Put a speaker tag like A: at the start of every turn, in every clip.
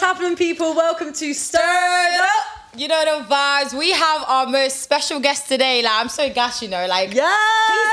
A: happening, people? Welcome to Stirred Up.
B: You know the vibes. We have our most special guest today. Like I'm so gassed, you know. Like
A: Yeah.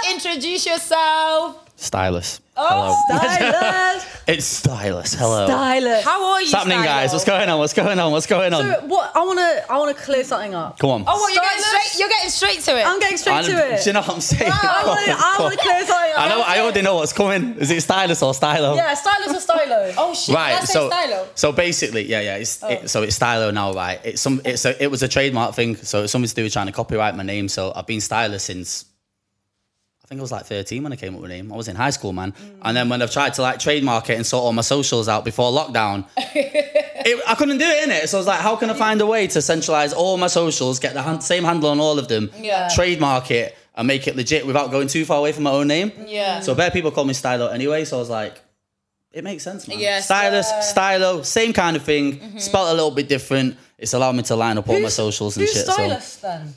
B: please introduce yourself.
C: Stylus. Oh, Hello.
A: Stylus.
C: it's Stylus. Hello.
A: Stylus.
B: How are you?
C: What's happening, guys? What's going on? What's going on? What's going on?
A: So what? I wanna, I wanna clear something up.
C: Come on.
B: Oh, what, you're getting
A: Stylus.
B: straight. You're getting straight to it.
A: I'm getting straight
C: I'm-
A: to it.
C: Do you know what I'm saying?
A: I wanna, I wanna clear something up.
C: I know. I already know what's coming. Is it Stylus or Stylo?
A: Yeah, Stylus or Stylo.
B: oh shit! Did I
C: Right.
B: say
C: So.
B: stylo? Oh.
C: So basically, yeah, yeah. It's, it, so it's Stylo now, right? It's some. It's a, It was a trademark thing. So it's something to do with trying to copyright my name. So I've been Stylus since. I think I was like 13 when I came up with the name. I was in high school, man. And then when I've tried to like trademark it and sort all my socials out before lockdown, it, I couldn't do it in it. So I was like, how can I find a way to centralize all my socials, get the hand, same handle on all of them,
B: Yeah.
C: trademark it, and make it legit without going too far away from my own name?
B: Yeah.
C: So bare people call me Stylo anyway. So I was like, it makes sense, man.
B: Yes.
C: Stylus, Stylo, same kind of thing, spelled a little bit different. It's allowed me to line up all my
A: Mm-hmm. Who's-
C: socials and
A: Who's
C: shit.
A: Stylus
C: So
A: then?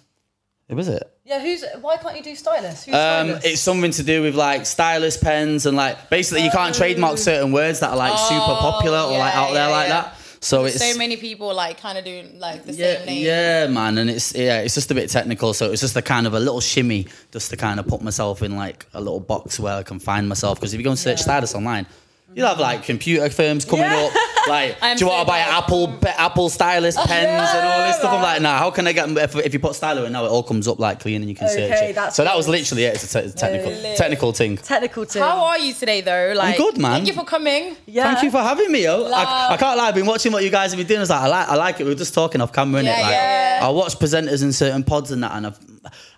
C: it was it.
A: Yeah, who's? Why can't you do Stylus? Who's
C: Um,
A: Stylus?
C: it's something to do with like stylus pens and like basically you can't
A: Oh.
C: trademark certain words that are like super popular or like
B: yeah,
C: out there
B: yeah,
C: like
B: yeah.
C: that. So it's
B: So many people like kind of do like the
C: yeah,
B: same name.
C: yeah, man, and it's yeah, it's just a bit technical. So it's just a kind of a little shimmy, just to kind of put myself in like a little box where I can find myself. Because if you go and search stylus online, you'll have like computer firms coming
A: Yeah.
C: up, like
B: I'm
C: do you
B: so Oh,
C: want to buy
B: bad.
C: Apple pe- Apple stylus pens and all this stuff? I'm
A: yeah.
C: like, nah, how can I get? If, if you put stylo in now, it all comes up like clean and you can search
A: Okay,
C: it.
A: that's
C: so that was
A: good.
C: literally it. It's a te- technical
B: Really?
C: technical thing.
A: Technical team.
B: How are you today, though? Like
C: good, man.
B: Thank you for coming.
A: yeah.
C: Thank you for having me, yo. I,
B: Love.
C: I can't lie, I've been watching what you guys have been doing. I was like, I like, I like it. We were just talking off camera, innit?
B: Yeah,
C: like,
B: yeah.
C: I watch presenters in certain pods and that, and I've,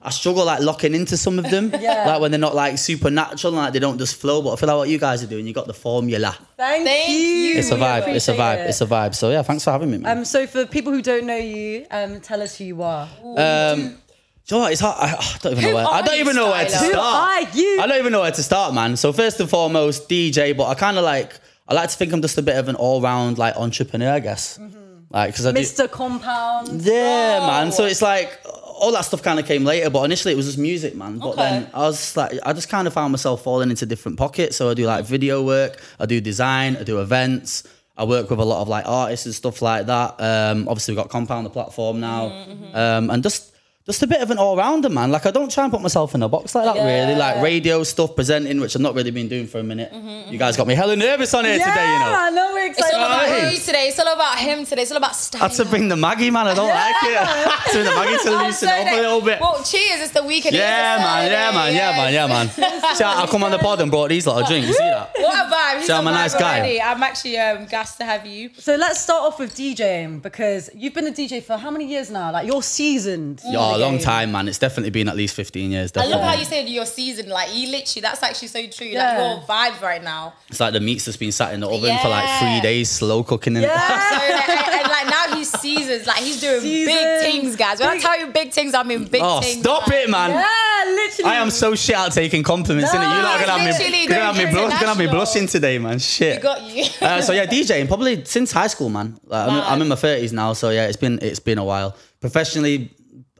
C: I struggle like locking into some of them.
A: Yeah.
C: Like when they're not like supernatural and like they don't just flow. But I feel like what you guys are doing, you got the formula.
A: Thank,
B: Thank
A: you.
B: you.
C: It's a
A: We
C: vibe. It's a
A: appreciate
C: vibe.
A: it.
C: It's a vibe. So yeah, thanks for having me, man.
A: Um, so for people who don't know you, um, tell us who you are.
C: Um, do you know what? It's hard. I, I don't even know
B: Who
C: where. I
B: are
C: don't
B: you,
C: even know where to
B: Stylo?
C: start.
B: Who
A: are you?
C: I don't even know where to start, man. So first and foremost, DJ, but I kind of like. I like to think I'm just a bit of an all-round like entrepreneur, I guess.
A: Mm-hmm.
C: Like because I do.
A: Mr. Compound.
C: Yeah,
B: Wow.
C: man. So it's like all that stuff kind of came later, but initially it was just music, man. But
B: Okay.
C: then I was just like, I just kind of found myself falling into different pockets. So I do like video work, I do design, I do events. I work with a lot of like artists and stuff like that. Um, obviously, we've got Compound the platform now, um, and just just a bit of an all rounder, man. Like I don't try and put myself in a box like that, really. Like radio stuff, presenting, which I've not really been doing for a minute. You guys got me hella nervous on here
A: yeah,
C: today, you know.
A: I know we're
B: It's all
A: excited.
B: about
C: Fine.
B: you today. It's all about him today. It's all about style.
C: I had to bring the Maggie, man. I don't like it. I had to bring the Maggie to
B: I'm
C: loosen
B: so
C: up a
B: dead.
C: little bit.
B: Well, cheers. It's the weekend. It is a
C: Yeah, man. Yeah,
B: Saturday,
C: man. Yeah, man. Yeah, man. See, I, I come on the pod and brought these lot a drink. You see that?
B: What a vibe. He's
C: So
B: a
C: I'm a
B: vibe
C: nice guy.
B: already. I'm actually um, gassed to have you.
A: So let's start off with DJing because you've been a DJ for how many years now? Like you're seasoned.
C: Yeah, a long time, man. It's definitely been at least 15 years.
B: I
C: Definitely.
B: love how you said your season. Like, you literally, that's actually so true.
A: Yeah.
B: Like, your vibe right now.
C: It's like the meat's just been sat in the oven for like
B: Yeah.
C: three days, slow cooking. In
A: Yeah.
B: So, like, and, and, like, now he's seasons. Like, he's doing
A: Seasons.
B: big things, guys. When I
A: Big-
B: tell you big things, I mean big
C: oh,
B: things.
C: stop
B: like-
C: it, man.
A: Yeah, literally.
C: I am so shit at taking compliments, innit? You're not gonna have me,
B: Literally,
C: you're gonna have me,
B: they're
C: blush, gonna have me
B: international.
C: blushing today, man. Shit.
B: We got you.
C: uh, so yeah, DJing probably since high school, man. Like, I'm,
B: Mad.
C: I'm in my thirties now, so yeah, it's been it's been a while. Professionally,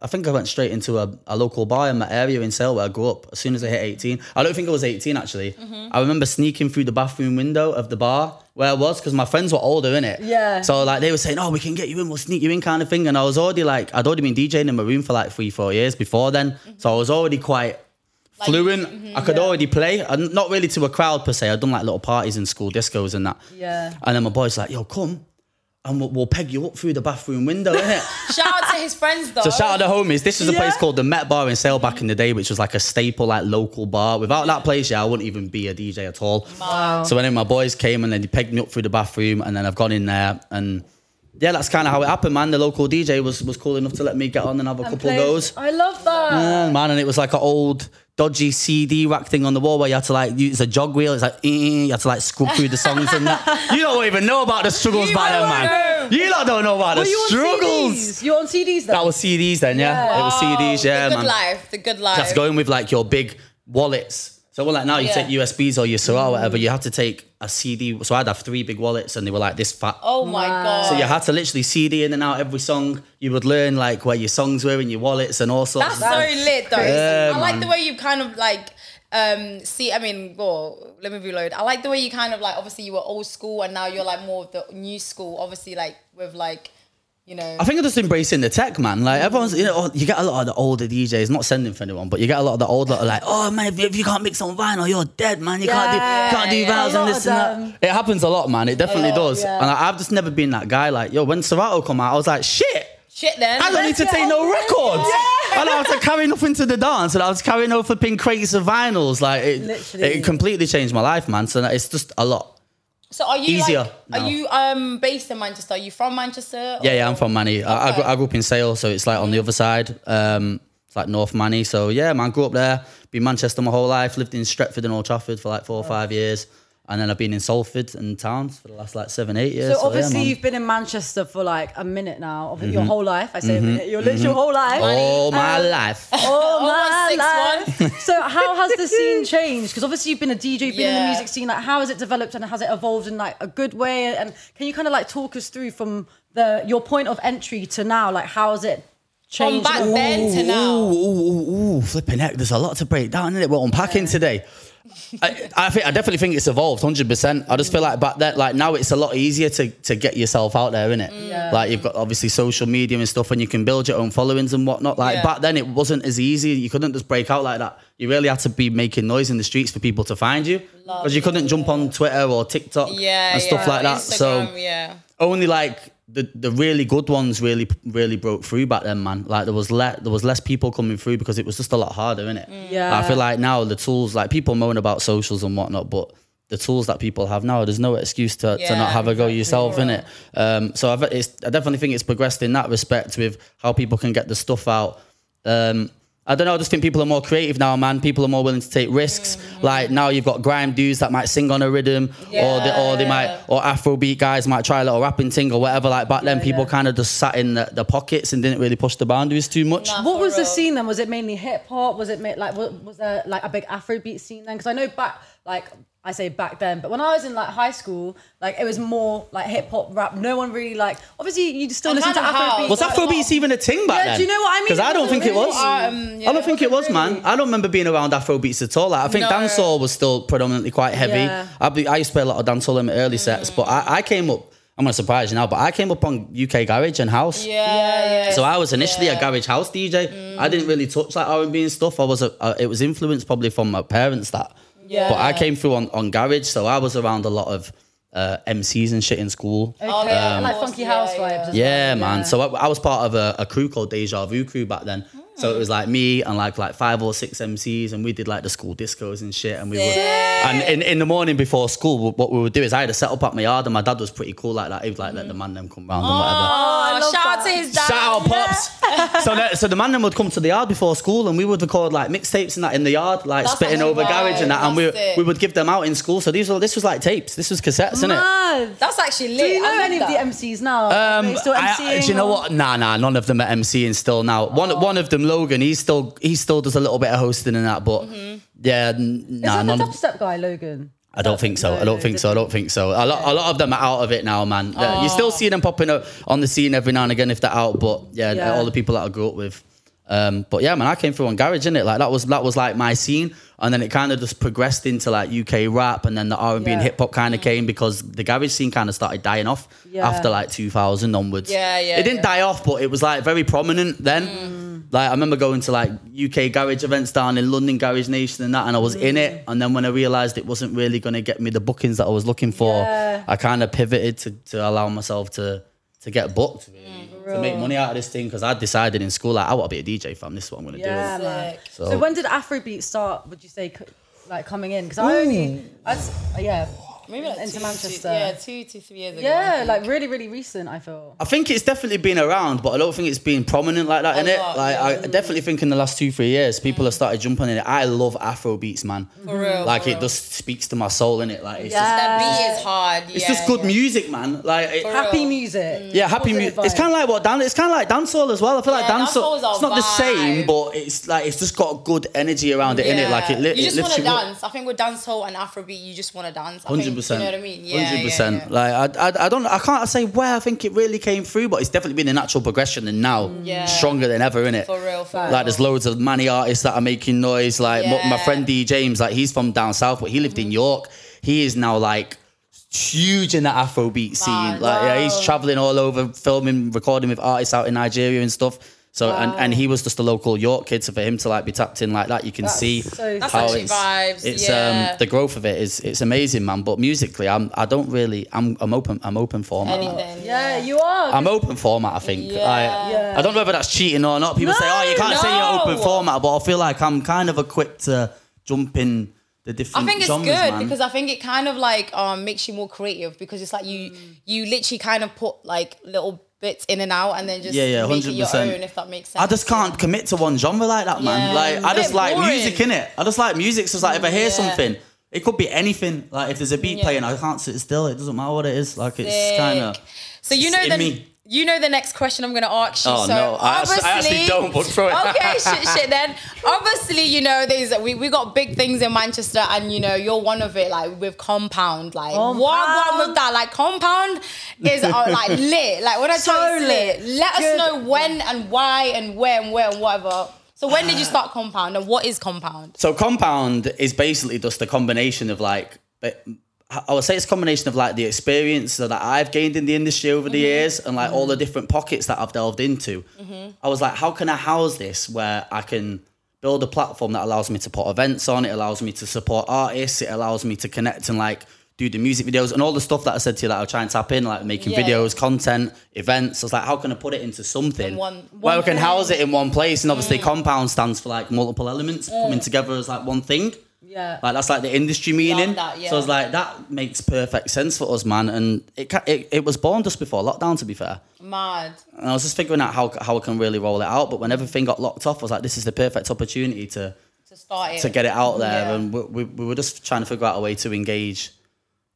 C: I think I went straight into a, a local bar in my area in Sale where I grew up. As soon as I hit eighteen, I don't think I was eighteen actually. I remember sneaking through the bathroom window of the bar where I was because my friends were older in it.
A: Yeah.
C: So like they were saying, "Oh, we can get you in, we'll sneak you in," kind of thing. And I was already like, I'd already been DJing in my room for like three, four years before then, so I was already quite fluent. I could already play, and not really to a crowd per se. I'd done like little parties in school discos and that.
A: Yeah.
C: And then my boy's like, "Yo, come." And we'll, we'll peg you up through the bathroom winw, innit?
B: Shout out to his friends, though.
C: so shout out to homies. This was a place
A: Oh. Yeah.
C: called the Met Bar in Sale back in the day, which was like a staple, like local bar. Without that place, yeah, I wouldn't even be a DJ at all.
A: Wow.
C: So anyway, my boys came and then they pegged me up through the bathroom, and then I've gone in there, and yeah, that's kind of how it happened, man. The local DJ was was cool enough to let me get on and have a couple
A: Place-
C: goes.
A: I love that.
C: Yeah, Um, man, and it was like an old dodgy CD rack thing on the wall where you had to like use a jog wheel. It's like eh, eh, you had to like scrub through the songs and that. You don't even know about the struggles
B: You
C: by then,
B: don't
C: man. You lot don't know about
A: Were
C: the
A: you on
C: struggles.
A: CDs? You were on CDs then?
C: That was CDs then, yeah.
A: Yeah.
C: It was CDs, yeah,
B: Oh, The good
C: man.
B: life. The good life.
C: That's going with like your big wallets. So well, like now you
B: Yeah.
C: take USBs or your Sora or whatever. You have to take a CD. So I'd have three big wallets, and they were like this fat.
B: Oh, my
A: Wow.
B: God.
C: So you had to literally CD in and out every song. You would learn like where your songs were in your wallets and all sorts.
B: That's
C: of
B: so lit, though.
C: Yeah,
B: I like
C: man.
B: the way you kind of like Um, see, I mean, well, let me reload. I like the way you kind of like, obviously, you were old school and now you're like more of the new school, obviously, like with like, you know.
C: I think I'm just embracing the tech, man. Like everyone's, you know, oh, you get a lot of the older DJs. Not sending for anyone, but you get a lot of the older that are like, oh man, if- if you can't mix on vinyl, you're dead, man. You
B: Yeah,
C: can't do, can't do
B: yeah,
C: vinyls
A: a lot
C: and this
A: of
C: and
A: them.
C: that. It happens a lot, man. It definitely does.
A: yeah.
C: And I, I've just never been that guy. Like, yo, when Serato come out, I was like, shit.
B: Shit then.
C: I don't need to
A: Yeah.
C: take no records. I don't have to carry nothing to the dance, and I was carrying over flipping crates of vinyls. Like it,
A: Literally.
C: it completely changed my life, man. So it's just a lot.
B: So are you
C: Easier
B: like,
C: now.
B: are you um based in Manchester? Are you from Manchester?
C: Yeah, yeah, I'm from Manny. I, I, grew, I grew up in Sale, so it's like on the other side. Um, it's like North Manny. So yeah, man, grew up there. Been Manchester my whole life. Lived in Stretford and Old Trafford for like four or five years, and then I've been in Salford and Towns for the last like seven, eight years.
A: So obviously
C: yeah, man. Mm-hmm.
A: you've been in Manchester for like a minute now, of your whole life. I say a minute, your literal whole life.
C: all my
A: Uh,
C: life.
A: all
B: Almost
A: Oh, my
B: Oh, six
A: life. so how has the scene changed? Because obviously you've been a DJ, you've been in
B: Yeah.
A: the music scene. Like how has it developed and has it evolved in like a good way? And can you kind of like talk us through from the your point of entry to now? Like how has it
B: From
A: changed?
B: back then to now.
C: Ooh, ooh, ooh, ooh, flipping heck. There's a lot to break down, is it? We're unpacking today. I, I think I definitely think it's evolved, hundred percent. I just feel like back then, like now, it's a lot easier to to get yourself out there, innit?
B: Mm.
A: Yeah.
C: Like you've got obviously social media and stuff, and you can build your own followings and whatnot. Like
B: Yeah.
C: back then, it wasn't as easy. You couldn't just break out like that. You really had to be making noise in the streets for people to find you, because you couldn't jump on Twitter or TikTok
B: Yeah,
C: and stuff
B: yeah.
C: like that. so
B: Instagram, yeah.
C: only like the, the really good ones really really broke through back then, man. Like there was le- there was less people coming through because it was just a lot harder, innit?
A: Yeah.
C: I feel like now the tools like people moan about socials and whatnot, but the tools that people have now, there's no excuse to, to
B: Yeah,
C: not have a go
B: exactly.
C: yourself, innit? Um, so I've, it's, I definitely think it's progressed in that respect with how people can get the stuff out. Um, I don't know. I just think people are more creative now, man. People are more willing to take risks.
B: Mm.
C: Like now, you've got grime dudes that might sing on a rhythm, or they, or they
B: Yeah.
C: might, or Afrobeat guys might try a little rapping thing or whatever. Like back then,
A: Yeah,
C: people
A: yeah.
C: kind of just sat in the, the pockets and didn't really push the boundaries too much.
B: Nah.
A: What was the
B: For real.
A: scene then? Was it mainly hip hop? Was it ma- like wa- was there like a big Afrobeat scene then? Because I know back like I say back then, but when I was in like high school, like it was more like hip hop rap. No one really like obviously you still
B: And
A: listen to
B: kind of
A: Afrobeat.
B: house.
C: Was
B: Well,
C: Afrobeats even a thing back
A: Yeah,
C: then?
A: do you know what I mean?
C: Because I
A: It
C: don't
A: wasn't
C: think it was.
A: really-
B: Um, yeah,
C: I don't think it was, man.
A: really.
C: I don't remember being around Afrobeats at all. Like, I think
B: No.
C: dancehall was still predominantly quite heavy.
A: Yeah. Mm.
C: I, be, I used to play a lot of dancehall in my early sets, but I, I came up. I'm gonna surprise you now, but I came up on UK garage and house.
B: Yeah, yeah.
C: So I was initially a garage house DJ. I didn't really touch like R and B and stuff. I was a, uh, it was influenced probably from my parents that.
B: Yeah.
C: But I came through on, on garage, so I was around a lot of uh, MCs and shit in school.
A: Okay,
B: Oh, yeah,
A: like
B: of
A: funky
B: course,
A: house
B: yeah,
A: vibes.
B: yeah.
A: as
C: Yeah,
A: well,
C: man. So I, I was part of a, a crew called Deja Vu Crew back then. So it was like me and like like five or six MCs, and we did like the school discos and shit. And we would, and in, in the morning before school, what we would do is I had a setup up my yard, and my dad was pretty cool like that. He would like let the man them come round and whatever.
A: I
B: Oh,
A: love
B: shout
A: that.
B: out to his dad.
C: Shout out, pops. so, that, so the man then would come to the yard before school, and we would record like mixtapes and that in the yard, like
B: That's
C: spitting
B: actually
C: over garage and that, and we
B: right. That's it.
C: we would give them out in school. So these were this was like tapes. This was cassettes, isn't it?
A: Mad.
B: That's actually
A: Do
B: lit.
A: you
B: I
A: know
B: love
A: any
B: that.
A: of the MCs now? Are they still
C: Um, I-
A: MCing
C: do you know
A: or-
C: what? Nah, nah. None of them are MCing still now. One, one of them, Logan. He still, he still does a little bit of hosting and that, but yeah, n-
A: Mm-hmm. Is
C: nah.
A: that
C: None
A: the
C: of,
A: dubstep guy Logan?
C: I don't think so. I
A: No,
C: don't think so. I don't think so. A lot, a lot of them are out of it now, man. Yeah, You still see them popping up on the scene every now and again if they're out, but yeah,
A: Yeah.
C: all the people that I grew up with. Um, but yeah, man, I came through on garage, innit? Like that was that was like my scene, and then it kind of just progressed into like UK rap, and then the R and B and
A: Yeah.
C: hip hop kind of came because the garage scene kind of started dying off
A: Yeah.
C: after like 2000 onwards.
B: Yeah, yeah,
C: It didn't
B: yeah.
C: die off, but it was like very prominent then.
B: Mm.
C: Like I remember going to like UK garage events down in London, Garage Nation and that, and I was in it.
B: Mm.
C: And then when I realised it wasn't really gonna get me the bookings that I was looking for,
A: Yeah.
C: I kind of pivoted to, to allow myself to to get booked, really, to make money out of this thing. Because I decided in school, like I want to be a DJ, fam. This is what I'm gonna
A: Yeah,
C: do.
A: man.
B: Sick.
A: So,
C: So-
A: when did Afrobeat start? Would you say co- like coming in? Because I only, I s- yeah,
B: Maybe like
A: into
B: two,
A: Manchester.
B: Two, yeah, two to three years ago.
A: yeah, like really, really recent. I feel.
C: I think it's definitely been around, but I don't think it's been prominent like that,
B: A
C: innit?
B: lot,
C: Like
B: yeah. Mm.
C: I definitely think in the last two, three years, people have started jumping in it. I love Afro beats, man.
B: For real,
C: Like
B: for
C: it
B: real.
C: just speaks to my soul, innit? Like it's
A: Yeah.
C: just
B: That beat is hard.
C: it's
B: yeah,
C: just good
B: yeah.
C: music, man. Like it,
B: For
A: Happy
B: real. Mm.
A: music.
C: Yeah, happy music.
A: Positive
C: It's
A: vibe.
C: kind of like what dan. It's kind of like dancehall as well. I feel like
B: Yeah,
C: dancehall.
B: dancehall's our
C: It's not the same,
B: vibe.
C: but it's like it's just got good energy around it, innit? Like it, li-
B: you
C: it
B: just
C: lifts
B: want
C: you
B: to
C: up.
B: dance. I think with dancehall and Afrobeat, you just want to dance. I think
C: 100%, percent.
B: You know what I mean? Yeah, yeah, yeah.
C: Like I, I, I don't, I can't say where I think it really came through, but it's definitely been a natural progression, and now
B: Mm. Yeah.
C: stronger than ever, in it.
B: For real, for
C: Like there's
B: real.
C: loads of manny artists that are making noise. Like my- my
B: Yeah. Mm-hmm.
C: friend D James, like he's from down south, but he lived in York. He is now like huge in the Afrobeat scene.
B: Man.
C: like yeah, he's
B: Wow.
C: traveling all over, filming, recording with artists out in Nigeria and stuff. So and, and he was just a local York kid, so for him to like be tapped in like that, you can
A: That's
C: see
A: so That's
C: how
B: actually
C: it's,
B: vibes,
C: it's
B: yeah.
C: um the growth of it is it's amazing, man. But musically, I'm I don't really I'm I'm open I'm open for man.
B: Anything.
A: Yeah, you are.
C: I'm open format, I think.
B: Yeah.
C: I,
A: Yeah.
C: I don't know whether that's cheating or not. People say,
A: No,
C: oh, you can't say you're open
B: no.
C: format, but I feel like I'm kind of a quick to jump in the
B: I
C: different
B: think it's
C: genres,
B: good
C: man.
B: because I think it kind of like um makes you more creative because it's like you
A: Mm.
B: you literally kind of put like little bits in and out and then just
C: Yeah, yeah,
B: make it your
C: 100%.
B: own if that makes sense.
C: I just can't commit to one genre like that, man.
B: Yeah.
C: Like, I
B: Bit
C: just like
B: boring.
C: music, innit? I just like music. So it's like, if I hear
B: Yeah.
C: something, it could be anything. Like, if there's a beat
B: Yeah.
C: playing, I can't sit still. It doesn't matter what it is. Like, it's
B: Sick.
C: kind of.
B: So you
C: it's
B: know
C: in
B: the
C: me.
B: you know the next question I'm going to ask you.
C: Oh,
B: so
C: no, I actually- I actually
B: obviously-
C: don't, but throw it.
B: Okay, shit, shit. Then obviously you know there's we we got big things in Manchester, and you know you're one of it. Like with compound, like what
A: Compound.
B: one with that? Like compound is uh, like lit. Like when I
A: So
B: tell you it's
A: lit.
B: lit, let us
A: Good.
B: know when and why and where and where and whatever. So when did you start compound and what is compound?
C: So compound is basically just a combination of like but I would say it's a combination of like the experience that I've gained in the industry over the years and like all the different pockets that I've delved into. I was like, how can I house this where I can build a platform that allows me to put events on, it allows me to support artists, it allows me to connect and like do the music videos and all the stuff that I said to you that I'll try and tap in, like making
B: Yeah.
C: videos, content, events. I was like, how can I put it into something
B: one-
C: where
B: one
C: I can
B: thing. Mm.
C: house it in one place? And obviously compound stands for like multiple elements coming together as like one thing.
A: yeah.
C: Like that's like the industry meaning.
B: that, yeah.
C: So I was like, that makes perfect sense for us, man. And it, ca- it it was born just before lockdown, to be fair.
B: Mad.
C: And I was just figuring out how how I can really roll it out. But when everything got locked off, I was like, this is the perfect opportunity to
B: To start it.
C: to get it out there.
B: Yeah.
C: And we, we, we were just trying to figure out a way to engage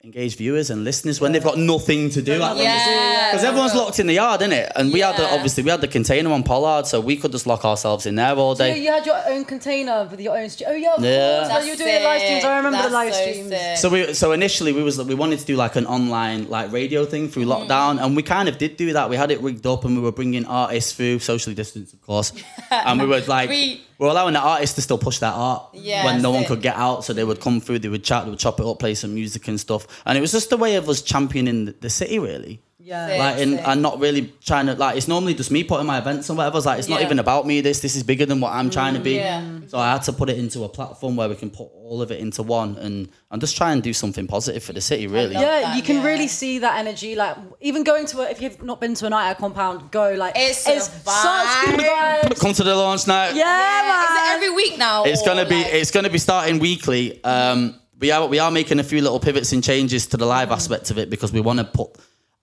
C: engage viewers and listeners when they've got nothing to do. Because
B: Yeah.
C: everyone's locked in the yard, innit? And we had the,
B: Yeah.
C: obviously we had the container on Pollard, so we could just lock ourselves in there all
A: You,
C: day.
A: you had your own container with your own. Stu- oh yeah, of
C: Yeah.
A: course.
B: That's
A: Like, you were doing live streams. I
B: sick.
A: remember
B: That's
A: the live
B: so
A: streams.
B: sick.
C: So we so initially we was we wanted to do like an online like radio thing through
B: Mm.
C: lockdown, and we kind of did do that. We had it rigged up, and we were bringing artists through socially distanced, of course, and we were like we,
B: We-
C: were allowing the artists to still push their art
B: Yeah,
C: when no
B: that's
C: one
B: it.
C: could get out. So they would come through, they would chat, they would chop it up, play some music and stuff, and it was just a way of us championing the- the city, really
A: Yeah.
B: Sick.
C: like and,
B: Sick.
C: and not really trying to like it's normally just me putting my events and whatever it's like it's not
B: Yeah. Mm,
C: even about me this this is bigger than what i'm trying to be
B: yeah.
C: so i had to put it into a platform where we can put all of it into one and and just try and do something positive for the city really
B: love
A: yeah,
B: that,
A: you can
B: yeah.
A: really see that energy. Like even going to a, if you've not been to a night at a compound, go like
B: It's a
A: such good
B: vibe.
A: vibes.
C: come to the launch night
A: Yeah, man.
B: Is it every week now?
C: it's
B: or,
C: gonna be
B: like-
C: it's gonna be starting weekly um we are we are making a few little pivots and changes to the live
B: Mm.
C: aspect of it because we want to put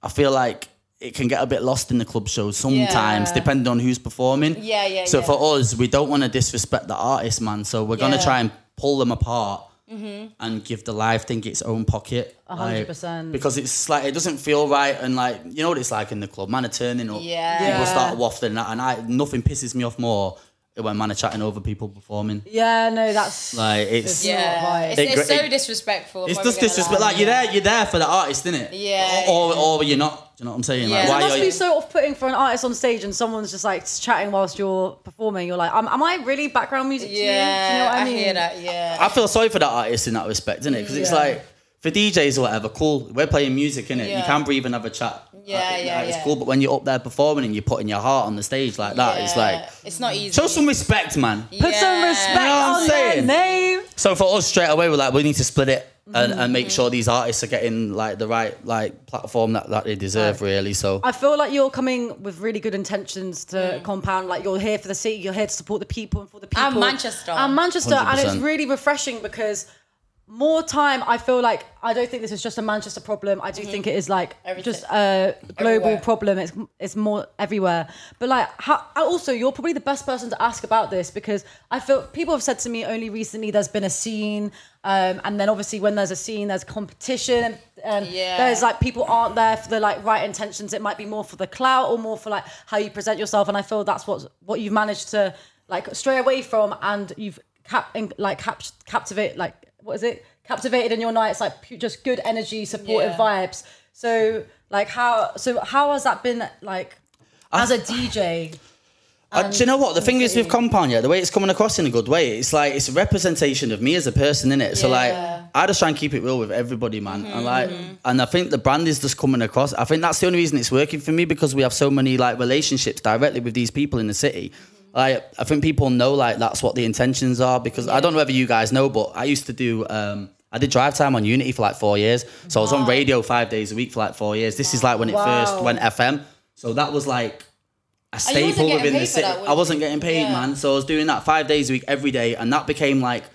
C: i feel like it can get a bit lost in the club shows sometimes
B: Yeah.
C: depending on who's performing
B: Yeah, yeah,
C: so
B: yeah.
C: for us we don't want to disrespect the artist man so we're gonna
B: Yeah. Mm-hmm.
C: try and pull them apart and give the live thing its own pocket
A: hundred
C: like,
A: percent.
C: because it's like it doesn't feel right and like you know what it's like in the club man are turning up
B: Yeah.
C: people
A: Yeah.
C: start wafting and I, and I nothing pisses me off more than when man are chatting over people performing
A: yeah, no, that's
C: like it's
A: Yeah.
B: Yeah,
A: Right.
B: it's,
C: It
B: it's
C: gra-
B: so
C: it-
B: disrespectful. if
C: it's
B: I'm
C: just
B: gonna
C: disrespect.
B: lie.
C: Like you're there, you're there for the artist, isn't it?
B: Yeah.
C: Or, or, or you're not. Do you know what I'm saying? Like,
B: Yeah.
C: why
A: It
B: That
C: are
A: must be
C: you?
A: so off-putting for an artist on stage and someone's just like chatting whilst you're performing. You're like, am, am I really background music to you? Do
B: yeah,
A: you know what I
B: I,
A: mean?
B: hear that. Yeah,
C: I feel sorry for that artist in that respect, isn't it? Because it's
A: Yeah.
C: like for DJs or whatever, cool. We're playing music, innit? You
B: Yeah.
C: can breathe and have a chat.
B: Yeah,
C: Like,
B: yeah,
C: like, It's
B: yeah.
C: cool, but when you're up there performing and you're putting your heart on the stage like that, it's
B: Yeah.
C: like
B: it's not easy.
C: show some respect, man.
A: Put some
B: Yeah.
A: respect
B: You know
C: what I'm
A: on
C: saying?
A: their name.
C: So for us, straight away, we're like, we need to split it and, and
B: Mm-hmm.
C: make sure these artists are getting like the right like platform that, that they deserve, really. So
A: I feel like you're coming with really good intentions to compound. Like you're here for the city, you're here to support the people and for the people.
B: And Manchester.
A: And Manchester. And it's
C: 100%.
A: really refreshing because more time, I feel like I don't think this is just a Manchester problem. I do think it is like
B: Mm-hmm. Everything.
A: just a global
B: Everywhere.
A: problem. It's it's more everywhere. But like, how, also you're probably the best person to ask about this because I feel people have said to me only recently there's been a scene, um, and then obviously when there's a scene, there's competition and, and
B: Yeah.
A: there's like people aren't there for the like right intentions. It might be more for the clout or more for like how you present yourself. And I feel that's what what you've managed to like stray away from, and you've cap in, like cap, captivate like what is it captivated in your night. It's like pu- just good energy, supportive
B: Yeah.
A: vibes. So like how so how has that been like as a DJ?
C: Uh, do you know what the thing is with
A: Absolutely.
C: compound? Yeah, the way it's coming across in a good way, it's like it's a representation of me as a person in it. So like,
B: Yeah.
C: I just try and keep it real with everybody, man. And like, and I think the brand is just coming across. I think that's the only reason it's working for me because we have so many like relationships directly with these people in the city. Like, I think people know like that's what the intentions are because I don't know whether you guys know, but I used to do. um I did drive time on Unity for like four years. So I was on radio five days a week for like four years. This is like when it first
A: Wow.
C: went FM. So that was like
B: And you
C: a
B: wasn't
C: staple
B: getting
C: within
B: paid
C: the
B: for
C: city.
B: that, was
C: I wasn't
B: you?
C: getting paid,
B: Yeah.
C: man. So I was doing that five days a week, every day, and that became like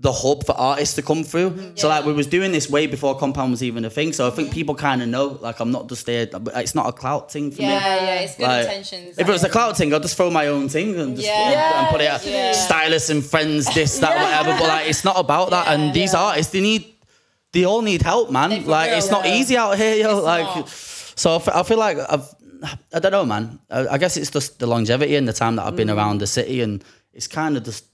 C: the hub for artists to come through.
B: Mm-hmm.
C: So like we was doing this way before Compound was even a thing. So I think people kind of know, like I'm not just there. It's not a clout thing for me.
B: Yeah, yeah, it's good
C: Like,
B: intentions.
C: If it was a clout thing, I'll just throw my own thing and just
B: Yeah.
C: and put it out.
B: Yeah.
C: Stylist and friends, this, that, whatever. But like, it's not about that.
B: Yeah.
C: and these
B: Yeah.
C: artists, they need, they all need help, man.
B: They for
C: like,
B: real,
C: it's not
B: yeah.
C: easy out here, yo.
B: It's
C: like,
B: not.
C: so I fe- I feel like I've, I don't know, man. I, I guess it's just the longevity and the time that I've been
B: Mm.
C: around the city, and it's kind of just.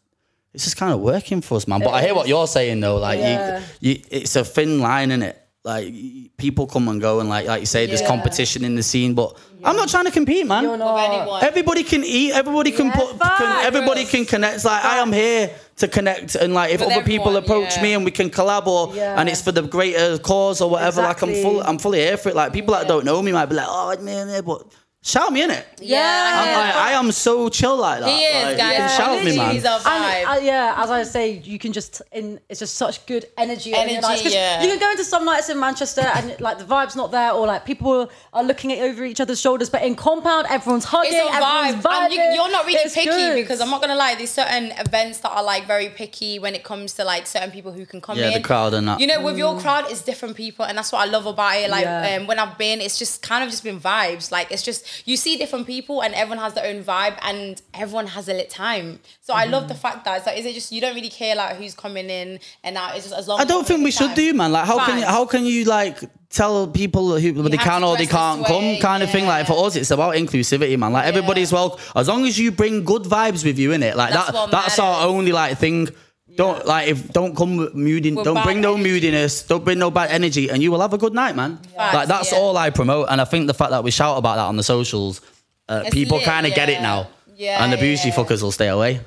C: It's just kind of working for us, man. But I hear what you're saying, though. Like,
A: Yeah.
C: you, you, it's a thin line, is it? Like, y- people come and go, and like, like you say, there's
B: Yeah.
C: competition in the scene. But I'm not trying to compete, man.
A: You're
B: Of
A: not
B: anyone.
C: Everybody can eat. Everybody can
A: Yeah,
C: put. Can,
A: facts.
C: everybody can connect. It's Like I am here to connect, and like if
B: With
C: other people
B: everyone,
C: approach
B: yeah.
C: me and we can collab, or
A: Yeah.
C: and it's for the greater cause or whatever. Like I'm full.
A: Exactly.
C: I'm fully here for it. Like people that don't know me might be like, oh, man, yeah, but shout me in it.
B: Yeah.
C: I'm like, I am so chill like that.
B: He is,
C: like,
B: guys.
C: you can
A: Yeah.
C: Shout me,
B: Literally,
C: man.
B: He's our vibe.
A: And, uh, yeah, as I say, you can just in. It's just such good energy. at your
B: Energy,
A: nights. 'Cause
B: yeah.
A: You can go into some nights in Manchester and like the vibe's not there, or like people are looking at over each other's shoulders. But in compound, everyone's hugging,
B: it's a vibe.
A: everyone's
B: And you,
A: vibing.
B: you're not really
A: It's
B: picky
A: good.
B: because I'm not gonna lie. There's certain events that are like very picky when it comes to like certain people who can come
C: Yeah,
B: in.
C: the crowd and that.
B: You know, with your crowd, it's different people, and that's what I love about it. Like
A: Mm. Yeah.
B: um, when I've been, it's just kind of just been vibes. Like it's just you see different people, and everyone has their own vibe, and everyone has a lit time. So I love
A: Mm-hmm.
B: the fact that it's like, is it just you don't really care like who's coming in and out. It's just as long.
C: I
B: as
C: don't
B: it's
C: think we
B: lit
C: should
B: time.
C: do, man. Like, how can
B: Vibes.
C: how can you like tell people who they
B: have
C: can
B: to
C: or they
B: dress
C: can't
B: this way,
C: come, kind of thing? Like
B: yeah.
C: for us, it's about inclusivity, man. Like everybody's well, as long as you bring good vibes with you in it, like
B: That's
C: that.
B: what
C: That's our
B: matters.
C: only like thing. Don't like if don't come with mooding.
B: With
C: don't
B: bad
C: bring no
B: energy.
C: moodiness. Don't bring no bad energy, and you will have a good night, man.
B: Facts,
C: like that's
B: yeah.
C: all I promote, and I think the fact that we shout about that on the socials, uh,
B: It's
C: people
B: lit,
C: kind of get it
B: yeah.
C: now,
B: Yeah,
C: and the bougie
B: yeah.
C: fuckers will stay away.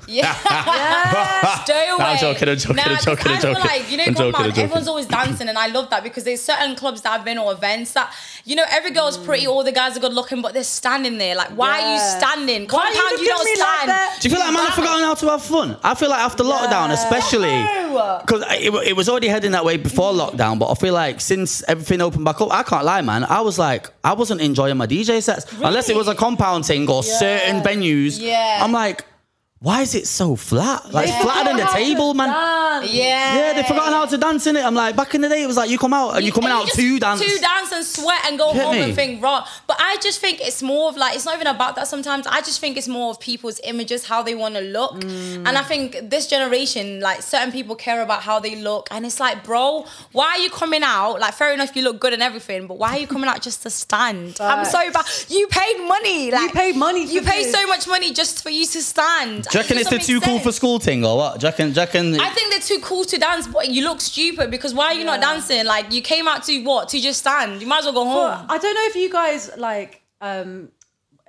B: Stay away.
C: I'm joking, I'm joking,
B: Nah,
C: I'm joking,
B: 'cause I
C: I'm
B: feel
C: joking.
B: like, you know,
C: I'm joking,
B: come
C: I'm
B: on,
C: joking.
B: everyone's always dancing, and I love that because there's certain clubs that I've been or events that, you know, every
C: Mm.
B: girl's pretty, all the guys are good looking, but they're standing there. Like, why are
A: Yeah.
B: you standing?
A: Why are
B: Compound,
A: you looking
B: you,
A: at
B: don't
A: me like
B: stand.
A: that?
C: Do you feel like man have forgotten how to have fun? I feel like after lockdown, especially
A: No.
C: because it, it was already heading that way before lockdown. But I feel like since everything opened back up, I can't lie, man. I was like, I wasn't enjoying my DJ sets unless it was a compound thing or certain venues.
B: Yeah.
C: I'm like, why is it so flat? Like it's flatter than the
A: How to
C: table, man.
A: dance.
B: yeah.
C: Yeah, they forgotten how to dance in it. I'm like, back in the day, it was like you come out and you're coming
B: And
C: out
B: just
C: to dance.
B: to dance and sweat and go
C: Hit
B: home
C: me.
B: and think raw. But I just think it's more of like it's not even about that. Sometimes I just think it's more of people's images, how they want to look,
C: Mm.
B: and I think this generation, like certain people care about how they look, and it's like, bro, why are you coming out? Like, fair enough, you look good and everything, but why are you coming out just to stand? I'm so bad. You paid money. Like,
A: paid money
B: You
A: for
B: pay
A: this.
B: so much money just for you to stand.
C: do you reckon
B: It
C: it's the
B: doesn't
C: too
B: make
C: cool
B: sense.
C: for school thing or what? Do you reckon, do you reckon
B: I think they're too cool to dance, but you look stupid because why are you not
A: Yeah.
B: dancing? Like you came out to what? To just stand. You might as well go
A: But
B: home.
A: I don't know if you guys like um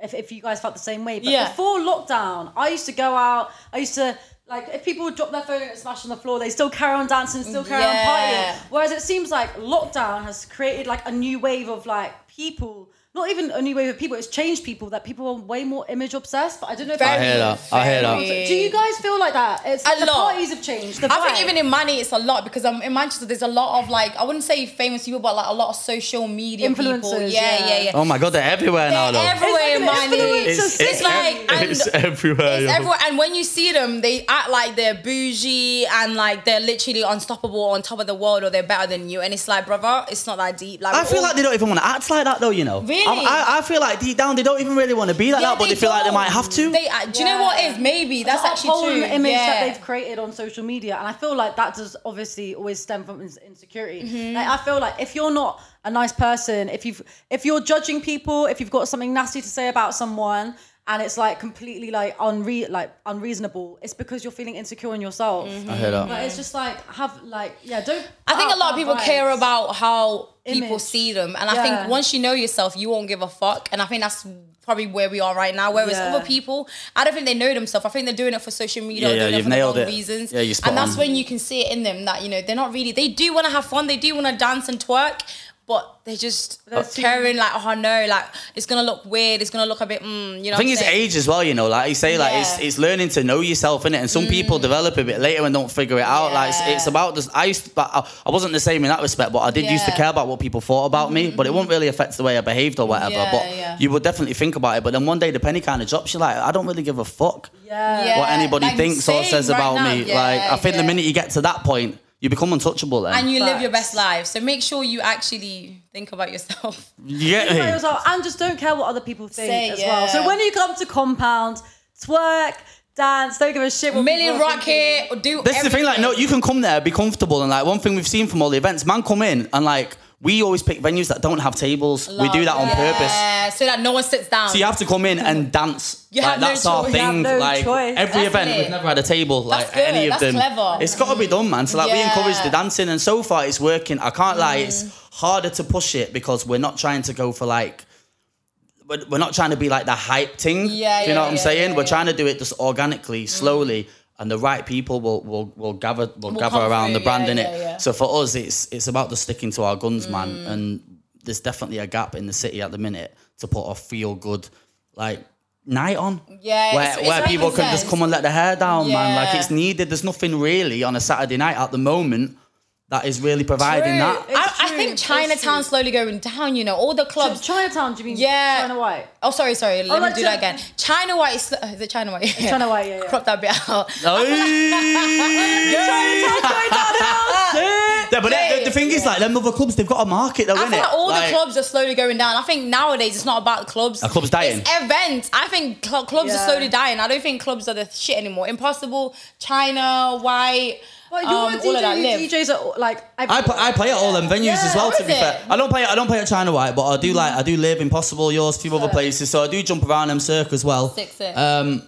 A: if, if you guys felt the same way. But
B: Yeah.
A: before lockdown, I used to go out, I used to like if people would drop their phone and smash on the floor, they still carry on dancing, still carry
B: Yeah.
A: on partying. Whereas it seems like lockdown has created like a new wave of like people. Not even a new wave of people. It's changed people that people are way more image obsessed. But I don't know. If
B: Very,
C: I hear that. I hear that.
B: very.
A: Do you guys feel like that? It's
B: A
A: like the
B: lot.
A: parties have changed. The
B: I think
A: vibe.
B: even in money, it's a lot because um, in Manchester, there's a lot of like I wouldn't say famous people, but like a lot of social media people.
A: Influencers,
B: Yeah,
A: yeah.
B: yeah, yeah.
C: oh my god, they're everywhere now,
B: They're
C: though.
B: everywhere in
A: It's like an
B: money.
A: influencer
B: It's,
A: It's- it's
B: like and
C: it's everywhere.
B: It's
C: yo.
B: everywhere, and when you see them, they act like they're bougie and like they're literally unstoppable, on top of the world, or they're better than you. And it's like, brother, it's not that deep. Like
C: I
B: we're
C: feel
B: all-
C: like they don't even want to act like that, though. You know,
B: Really?
C: I, I, I feel like deep down they don't even really want to be like
B: Yeah,
C: that, but they, feel like they
B: don't.
C: might have to.
B: They, uh, do you know
A: Yeah.
B: what it is? Maybe that's
A: to
B: actually
A: uphold
B: true.
A: an image
B: yeah.
A: that they've created on social media, and I feel like that does obviously always stem from ins- insecurity.
B: Mm-hmm.
A: Like, I feel like if you're not a nice person, if you've if you're judging people, if you've got something nasty to say about someone, and it's like completely like unre like unreasonable. It's because you're feeling insecure in yourself.
C: I hear that.
A: But it's just like have like yeah, don't.
B: Mm-hmm. I think a lot of people care about how people
A: Image.
B: see them, and I
A: Yeah.
B: think once you know yourself, you won't give a fuck. And I think that's probably where we are right now. Whereas
A: Yeah.
B: other people, I don't think they know themselves. I think they're doing it for social media,
C: Yeah,
B: or
C: yeah,
B: doing it
C: you've
B: for the
C: nailed
B: wrong
C: it.
B: reasons.
C: Yeah, you're spot
B: and that's
C: on.
B: when you can see it in them that you know they're not really. They do want to have fun. They do want to dance and twerk. But they just
A: That's too-
B: caring like oh no like it's gonna look weird it's gonna look a bit mm, you know
C: I think
B: what I'm
C: it's
B: saying?
C: age as well, you know. Like you say, like it's
B: Yeah. Mm.
C: it's learning to know yourself in it, and some people develop a bit later and don't figure it out. Like it's,
B: Yeah.
C: it's about this. I used, to, but I, I wasn't the same in that respect. But I did used to
B: Yeah. Mm-hmm.
C: care about what people thought about me, but it wouldn't really affect the way I behaved or whatever.
B: Yeah,
C: but
B: yeah.
C: you would definitely think about it. But then one day the penny kind of drops. You're like, I don't really give a fuck
A: Yeah.
B: Yeah.
C: what anybody
B: Uh, like,
C: thinks or
B: same
C: says
B: right
C: about
B: now.
C: me.
B: Yeah,
C: like I think the
B: yeah.
C: minute you get to that point, you become untouchable. Then
B: and you live your
A: Facts.
B: best life so make sure you actually think about yourself
C: you get
A: Enjoy
C: me.
A: yourself and just don't care what other people think
B: Say,
A: as
B: yeah.
A: well. So when you come to compound, twerk, dance, don't give a shit. What
B: Millie
A: people are thinking.
B: Rocket, or do
C: This is the thing, like, no,
B: everything.
C: you can come there, be comfortable, and like one thing we've seen from all the events, man, come in and like we always pick venues that don't have tables. we do that on purpose.
B: Yeah, so that no one sits down.
C: So you have to come in and dance.
B: You
C: like
B: have no
C: that's our
B: choice.
C: thing.
B: You
A: have no
C: like
A: choice.
C: every
B: That's
C: event,
B: it.
C: we've never had a table.
B: That's
C: like
B: good.
C: any of
B: That's
C: them.
B: clever.
C: It's got to be done, man. So like we
B: Yeah. Mm.
C: encourage the dancing, and so far it's working. I can't lie, it's harder to push it because we're not trying to go for like. we're- We're not trying to be like the hype thing.
B: Yeah,
C: do you
B: yeah,
C: know what I'm
B: yeah,
C: saying?
B: yeah,
C: We're
B: yeah. Mm.
C: trying to do it just organically, slowly, and the right people will will, will gather will, gather
B: come
C: around the
B: through,
C: brand
B: yeah,
C: in it.
B: yeah, yeah.
C: So for us, it's it's about the sticking to our guns, man.
B: Mm.
C: And there's definitely a gap in the city at the minute to put a feel good like night on.
B: Yeah,
C: where
B: it's- it's
C: where
B: making
C: people can just
B: sense.
C: come and let their hair down, man. Like
B: Yeah.
C: it's needed. There's nothing really on a Saturday night at the moment that is really providing
B: True.
C: that.
A: It's
B: I, I
A: true.
B: think
A: It's
B: Chinatown's slowly going down. You know, all the clubs.
A: Chinatown, do you mean?
B: Yeah.
A: China White.
B: Oh, sorry, sorry. Let me
A: like
B: do
A: Chi-
B: that again. China White is, uh, is it China White?
A: China White, yeah, yeah.
B: Crop that bit out.
C: Yeah, but the, the thing is, like, them other clubs, they've got a market though,
B: I
C: innit?
B: feel like all
C: Like-
B: the clubs are slowly going down. I think nowadays it's not about clubs.
C: Are clubs dying?
B: It's events. I think cl- clubs
A: Yeah.
B: are slowly dying. I don't think clubs are the shit anymore. Impossible, China, White,
A: But you're
B: um,
A: a
B: all of that
A: DJ.
B: live.
A: You DJs are like.
C: I, pl- I play at all them venues
B: Yeah,
C: as well.
B: how
C: To
B: is
C: be
B: it?
C: fair, I don't play I don't play at China White, but I do like I do live Impossible, yours, a few other places. So I do jump around them circ as well.
B: Sick, sick.
C: Um,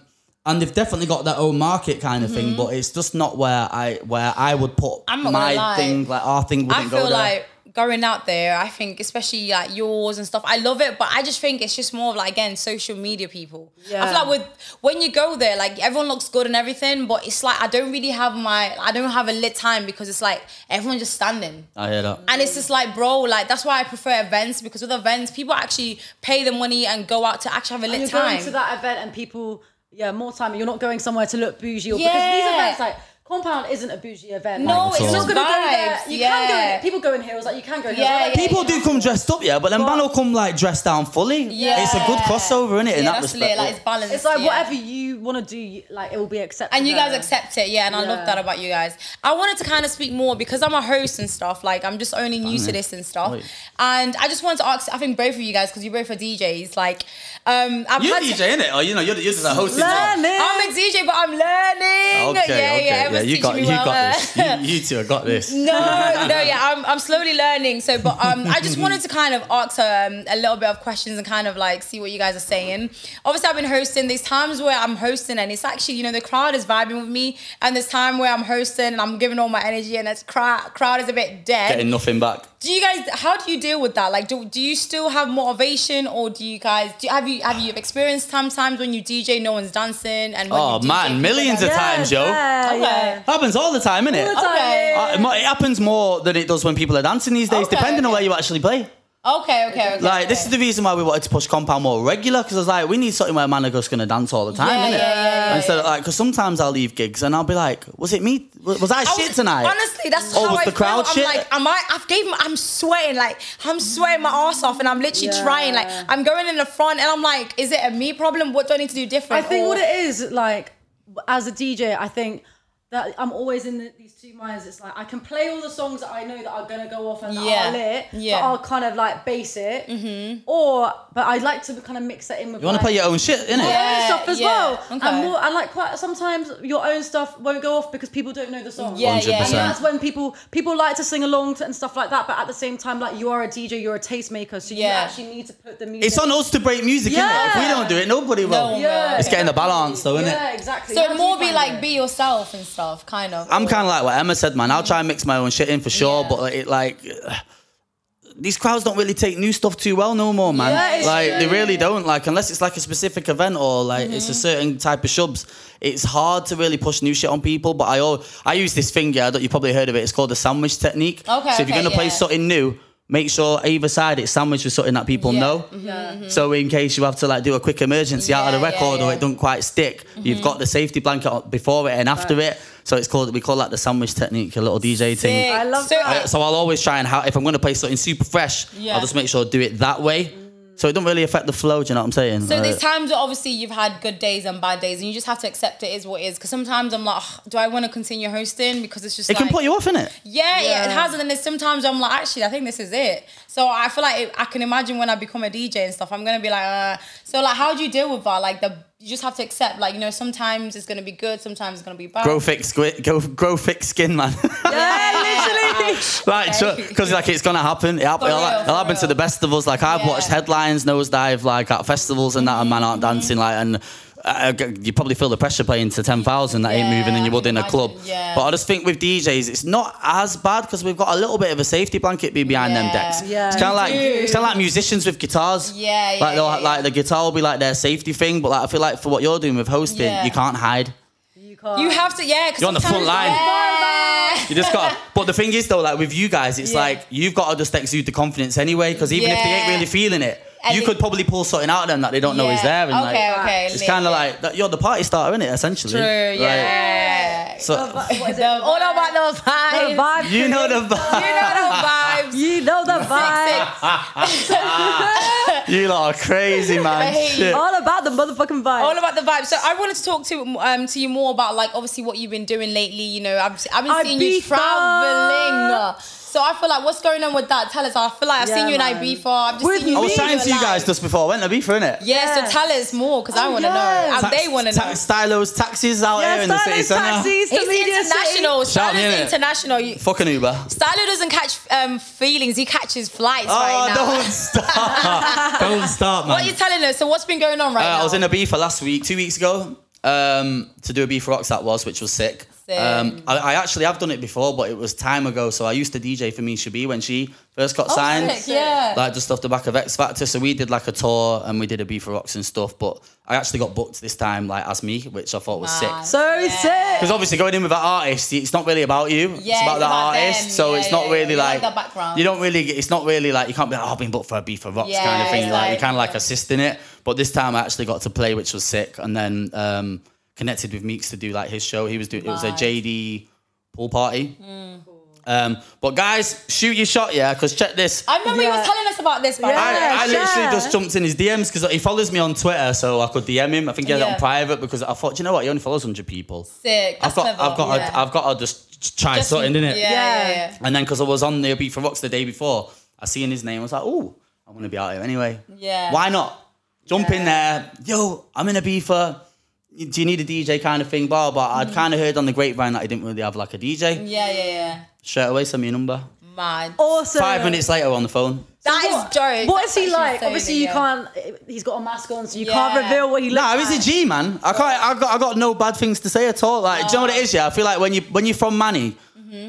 C: and they've definitely got their own market kind of thing, but it's just not where I where I would put
B: Mm-hmm. I'm not gonna
C: my
B: lie.
C: thing. Like our thing wouldn't
B: I
C: go
B: feel
C: there.
B: like going out there, I think especially like yours and stuff. I love it, but I just think it's just more of like again social media people. I
A: Yeah.
B: feel like with when you go there, like everyone looks good and everything, but it's like I don't really have my I don't have a lit time because it's like everyone just standing.
C: I hear that.
B: And it's just like, bro, like that's why I prefer events because with events, people actually pay the money and go out to actually have a lit
A: Oh, you're
B: time.
A: going to that event and people, yeah, more time. You're not going somewhere to look bougie or because these
B: Yeah.
A: events like. Compound isn't a bougie event.
B: No,
A: like,
C: it's
A: you're
C: just
A: not gonna go there.
B: vibes,
A: You can go.
B: yeah.
A: In, people go in heels. Like you can go in heels.
B: Yeah,
A: I like
B: yeah,
A: people
C: People do come dressed up, yeah, but then man will come like dressed down fully.
B: Yeah.
C: It's a good crossover, is it? in
B: yeah,
C: that
B: that's
C: respect.
B: lit. Like it's balanced.
A: It's like
B: yeah.
A: whatever you want to do, you- like it will be accepted.
B: and you guys
A: there.
B: accept it yeah and i
A: Yeah.
B: love that about you guys i wanted to kind of speak more because i'm a host and stuff like i'm just only new to
C: Fine.
B: this and stuff
C: Oi.
B: and i just wanted to ask i think both of you guys because you both are djs like um i've
C: you're
B: had
C: DJ, innit? Or you know, you're, you're just a host. isn't it?
A: Learn it.
B: i'm a dj but i'm learning
C: Okay,
B: yeah yeah
C: okay, yeah.
B: everyone's
C: You got,
B: teaching
C: you
B: me well.
C: got this. You, you two have got this.
B: no, no, yeah, I'm, I'm slowly learning. So, but um, I just wanted to kind of ask um, a little bit of questions and kind of like see what you guys are saying. Obviously, I've been hosting. There's times where I'm hosting and it's actually, you know, the crowd is vibing with me, and there's time where I'm hosting and I'm giving all my energy, and the crowd crowd is a bit dead.
C: Getting nothing back.
B: Do you guys? How do you deal with that? Like, do, do you still have motivation, or do you guys? Do have you have you experienced sometimes when you DJ, no one's dancing, and when
C: Oh,
B: you DJ,
C: man, millions of
B: people
C: times. time, Joe.
A: Yeah, yeah.
B: Okay.
C: Happens all the time, innit?
A: All the time.
B: Okay.
C: Uh, it mo- it happens more than it does when people are dancing these days,
B: Okay,
C: depending on
B: okay.
C: where you actually play.
B: don't- Okay, okay, okay.
C: Like, this is the reason why we wanted to push Compound more regular, because I was like, we need something where Managos going to dance all the time,
B: Yeah,
C: innit?
B: yeah, yeah, yeah,
C: Instead of like, because sometimes I'll leave gigs and I'll be like, was it me? Was, was I,
B: I
C: shit
B: was-
C: tonight?
B: Honestly, that's
C: Oh,
B: how
C: was
B: I
C: the crowd
B: feel.
C: shit?
B: I'm like, am I? I've gave. my- I'm sweating. Like I'm sweating my ass off, and I'm literally
A: Yeah.
B: trying. Like I'm going in the front, and I'm like, is it a me problem? What do I need to do
A: I
B: different?
A: think
B: Or-
A: what it is like as a DJ, I think that I'm always in the, these two minds. It's like I can play all the songs that I know that are gonna go off and
B: Yeah.
A: that are lit,
B: Yeah. Mm-hmm.
A: but I'll kind of like base it, or but I'd like to kind of mix that in with.
C: You want to
A: like,
C: play your own shit, innit?
A: your
B: Yeah,
A: own stuff as
B: yeah.
A: well,
B: Okay.
A: and more and like quite sometimes your own stuff won't go off because people don't know the song.
B: Yeah, yeah,
C: 100%.
A: And
B: yeah.
A: that's when people people like to sing along to, and stuff like that, but at the same time, like you are a DJ, you're a tastemaker, so you
B: Yeah.
A: actually need to put the music.
C: It's on us to break music, innit? If we
A: Yeah.
C: don't do it, nobody will.
B: No one
A: Yeah,
C: It's getting the
A: exactly.
C: balance though, innit?
A: Yeah, exactly.
B: So
A: How
B: it
A: do
B: more
A: you
B: be
A: find
B: like
A: it?
B: be yourself and stuff, kind of.
C: I'm kind of like what Emma said, man. I'll try and mix my own shit in for sure,
B: Yeah.
C: but like, it like these crowds don't really take new stuff too well no more, man.
A: Yeah, it's
C: like they
A: true.
C: really don't. Like unless it's like a specific event or like it's
B: Mm-hmm.
C: a certain type of shubs, it's hard to really push new shit on people. But I al- I use this thing, yeah, that you probably heard of it. It's called the sandwich technique.
B: Okay,
C: So if you're
B: okay,
C: gonna play
B: yeah.
C: something new. Make sure either side it's sandwiched with something that people
B: Yeah, Mm-hmm.
C: know.
A: Yeah.
C: So in case you have to like do a quick emergency out of the
B: Yeah, yeah,
C: record or
B: yeah. Mm-hmm.
C: it don't quite stick, you've got the safety blanket on- before it and after it. So it's called we call that the sandwich technique, a little DJ thing.
B: Sick.
A: I love
B: So-
A: that.
C: I- so I'll always try and ha- if I'm going to play something super fresh,
B: Yeah.
C: I'll just make sure to do it that way. So it don't really affect the flow. Do you know what I'm saying?
B: So
C: Like-
B: there's times where obviously you've had good days and bad days, and you just have to accept it is what it is. Because sometimes I'm like, "Ugh, do I want to continue hosting? Because it's just
C: Uh, it
B: like,
C: can put you off, innit?
B: yeah, yeah, it
A: Yeah.
B: has. And then there's sometimes I'm like, actually, I think this is it. So I feel like it, I can imagine when I become a DJ and stuff, I'm gonna be like, uh. so like, how do you deal with that? Like the you just have to accept, like you know, sometimes it's gonna be good, sometimes it's gonna be bad.
C: Grow thick, squi- go, grow thick skin, man.
A: yeah, literally.
C: like,
B: Okay.
C: because like it's gonna happen. It, hap-
B: For
C: it'll,
B: real,
C: it'll
B: for
C: happen to
B: real.
C: the best of us. Like
B: Yeah.
C: I've
B: Mm-hmm.
C: watched headlines, nosedive, like at festivals and that, and man aren't dancing. Like, and uh, g- you probably feel the pressure playing to ten thousand that ain't
B: Yeah,
C: moving than you
B: I
C: would in
B: can
C: a club.
B: imagine, yeah.
C: But I just think with DJs, it's not as bad because we've got a little bit of a safety blanket be behind them
B: Yeah.
C: decks.
A: Yeah.
C: It's kind of
A: You
C: like
A: do.
C: it's kind of like musicians with guitars.
B: Yeah, yeah,
C: Like they'll
B: yeah,
C: like
B: yeah.
C: the guitar will be like their safety thing, but like I feel like for what you're doing with hosting,
B: Yeah.
C: you can't hide.
A: You can't.
B: You have to, yeah. 'cause
C: You're on the front
B: sometimes-
C: line.
B: Yeah.
C: You just got. But the thing is, though, like with you guys, it's
B: Yeah.
C: like you've got to just exude the confidence anyway. Because even if they ain't
B: Yeah.
C: really feeling it,
B: And
C: you
B: it-
C: could probably pull something out of them that they don't know is
B: Yeah.
C: there. And
B: okay,
C: like,
B: okay.
C: it's
B: lit,
C: kind of
B: lit.
C: like that- you're the party starter, isn't it? Essentially.
B: true,
C: Like,
B: yeah.
C: So
A: What is it?
B: The- all about the vibes.
A: The vibe.
C: you know the
B: You
C: vibe.
B: know the vibes.
A: You know the vibe.
C: you lot are crazy, man.
B: hate you.
C: Shit.
A: All about the motherfucking vibe.
B: All about the vibes. So I wanted to talk to um to you more about like obviously what you've been doing lately. You know, I've I've been seeing you
A: Ibiza.
B: traveling. So I feel like what's going on with that? Tell us. I feel like I've
A: Yeah,
B: seen you
A: man.
B: in Ibiza. I've just
A: With
B: seen you.
C: I was
A: me,
C: chatting to you
B: alive.
C: guys just before I went to Ibiza, innit?
B: Yeah,
A: Yes.
B: so tell us more because I
A: Oh,
B: want to
A: yes.
B: know. And they want to
C: Ta-
B: know.
C: Stylos taxis out here
A: yeah,
C: in the city
A: stylish
C: centre.
A: taxis to
B: He's
A: Media
B: international.
C: Shout me,
B: Styler's
C: innit?
B: international. You-
C: Fucking Uber.
B: Styler doesn't catch um, feelings. He catches flights
C: Oh,
B: right now.
C: don't start. don't start, man.
B: What are you telling us? So what's been going on right
C: Uh,
B: now?
C: I was in Ibiza last week, two weeks ago, um, to do a Ibiza Rocks that was, which was sick.
B: Sick.
C: Um, I, I actually have done it before, but it was time ago. So I used to DJ for Misha B when she first got
B: Oh,
C: signed,
B: sick, yeah.
C: like just off the back of X Factor. So we did like a tour and we did a Ibiza Rocks and stuff. But I actually got booked this time, like as me, which I thought was sick.
B: Nice.
A: So sick.
C: Because obviously going in with that artist, it's not really about you.
B: Yeah,
C: it's
B: it's
C: about the
B: about
C: artist.
B: them.
C: So
B: Yeah,
C: it's
B: yeah,
C: not
B: yeah.
C: really
B: You
C: like
B: like that background.
C: You don't really. It's not really like you can't be like oh, I've been booked for a beef for rocks
B: Yeah,
C: kind of thing.
B: it's
C: Like, you're
B: like-
C: kind of like assisting it. But this time I actually got to play, which was sick. And then um, connected with Meeks to do like his show. He was doing it was a
B: Nice. Hmm.
C: JD pool party. Um, but guys, shoot your shot, yeah. Because check this.
B: I remember he
A: Yeah.
B: was telling us about this. By the way.
A: Yeah,
C: I, I literally
A: sure.
C: just jumped in his DMs because he follows me on Twitter, so I could DM him. I think he had it on
B: Yeah.
C: private because I thought, "Do you know what, he only follows hundred people.
B: Sick. That's
C: I've got,
B: clever.
C: I've got,
B: Yeah.
C: to, I've got to just try
B: Just-
C: something, innit?
B: Yeah, yeah, yeah.
C: And then because I was on the Beat for Rocks the day before, I seen his name. I was like, oh, I want to be out here anyway.
B: Yeah.
C: Why not? Jump in there. Yo, I'm in a Beaver. Do you need a DJ kind of thing? Blah, blah.
B: Mm.
C: I'd kind of heard on the grapevine that he didn't really have like a DJ.
B: Yeah, yeah, yeah.
C: Straight away, send me a number.
B: Mad.
A: Awesome.
C: Five minutes later, we're on the phone.
B: that is dope.
A: What
B: That's
A: is he
B: actually
A: like?
B: so
A: Obviously,
B: good,
A: you
B: yeah.
A: can't. He's got a mask on, so you
B: Yeah.
A: can't reveal what he looks
C: Nah,
A: like.
C: he's a G man. I can't. I got. I got no bad things to say at all. Like, do you know what it is? Yeah, I feel like when you when you're from Manny,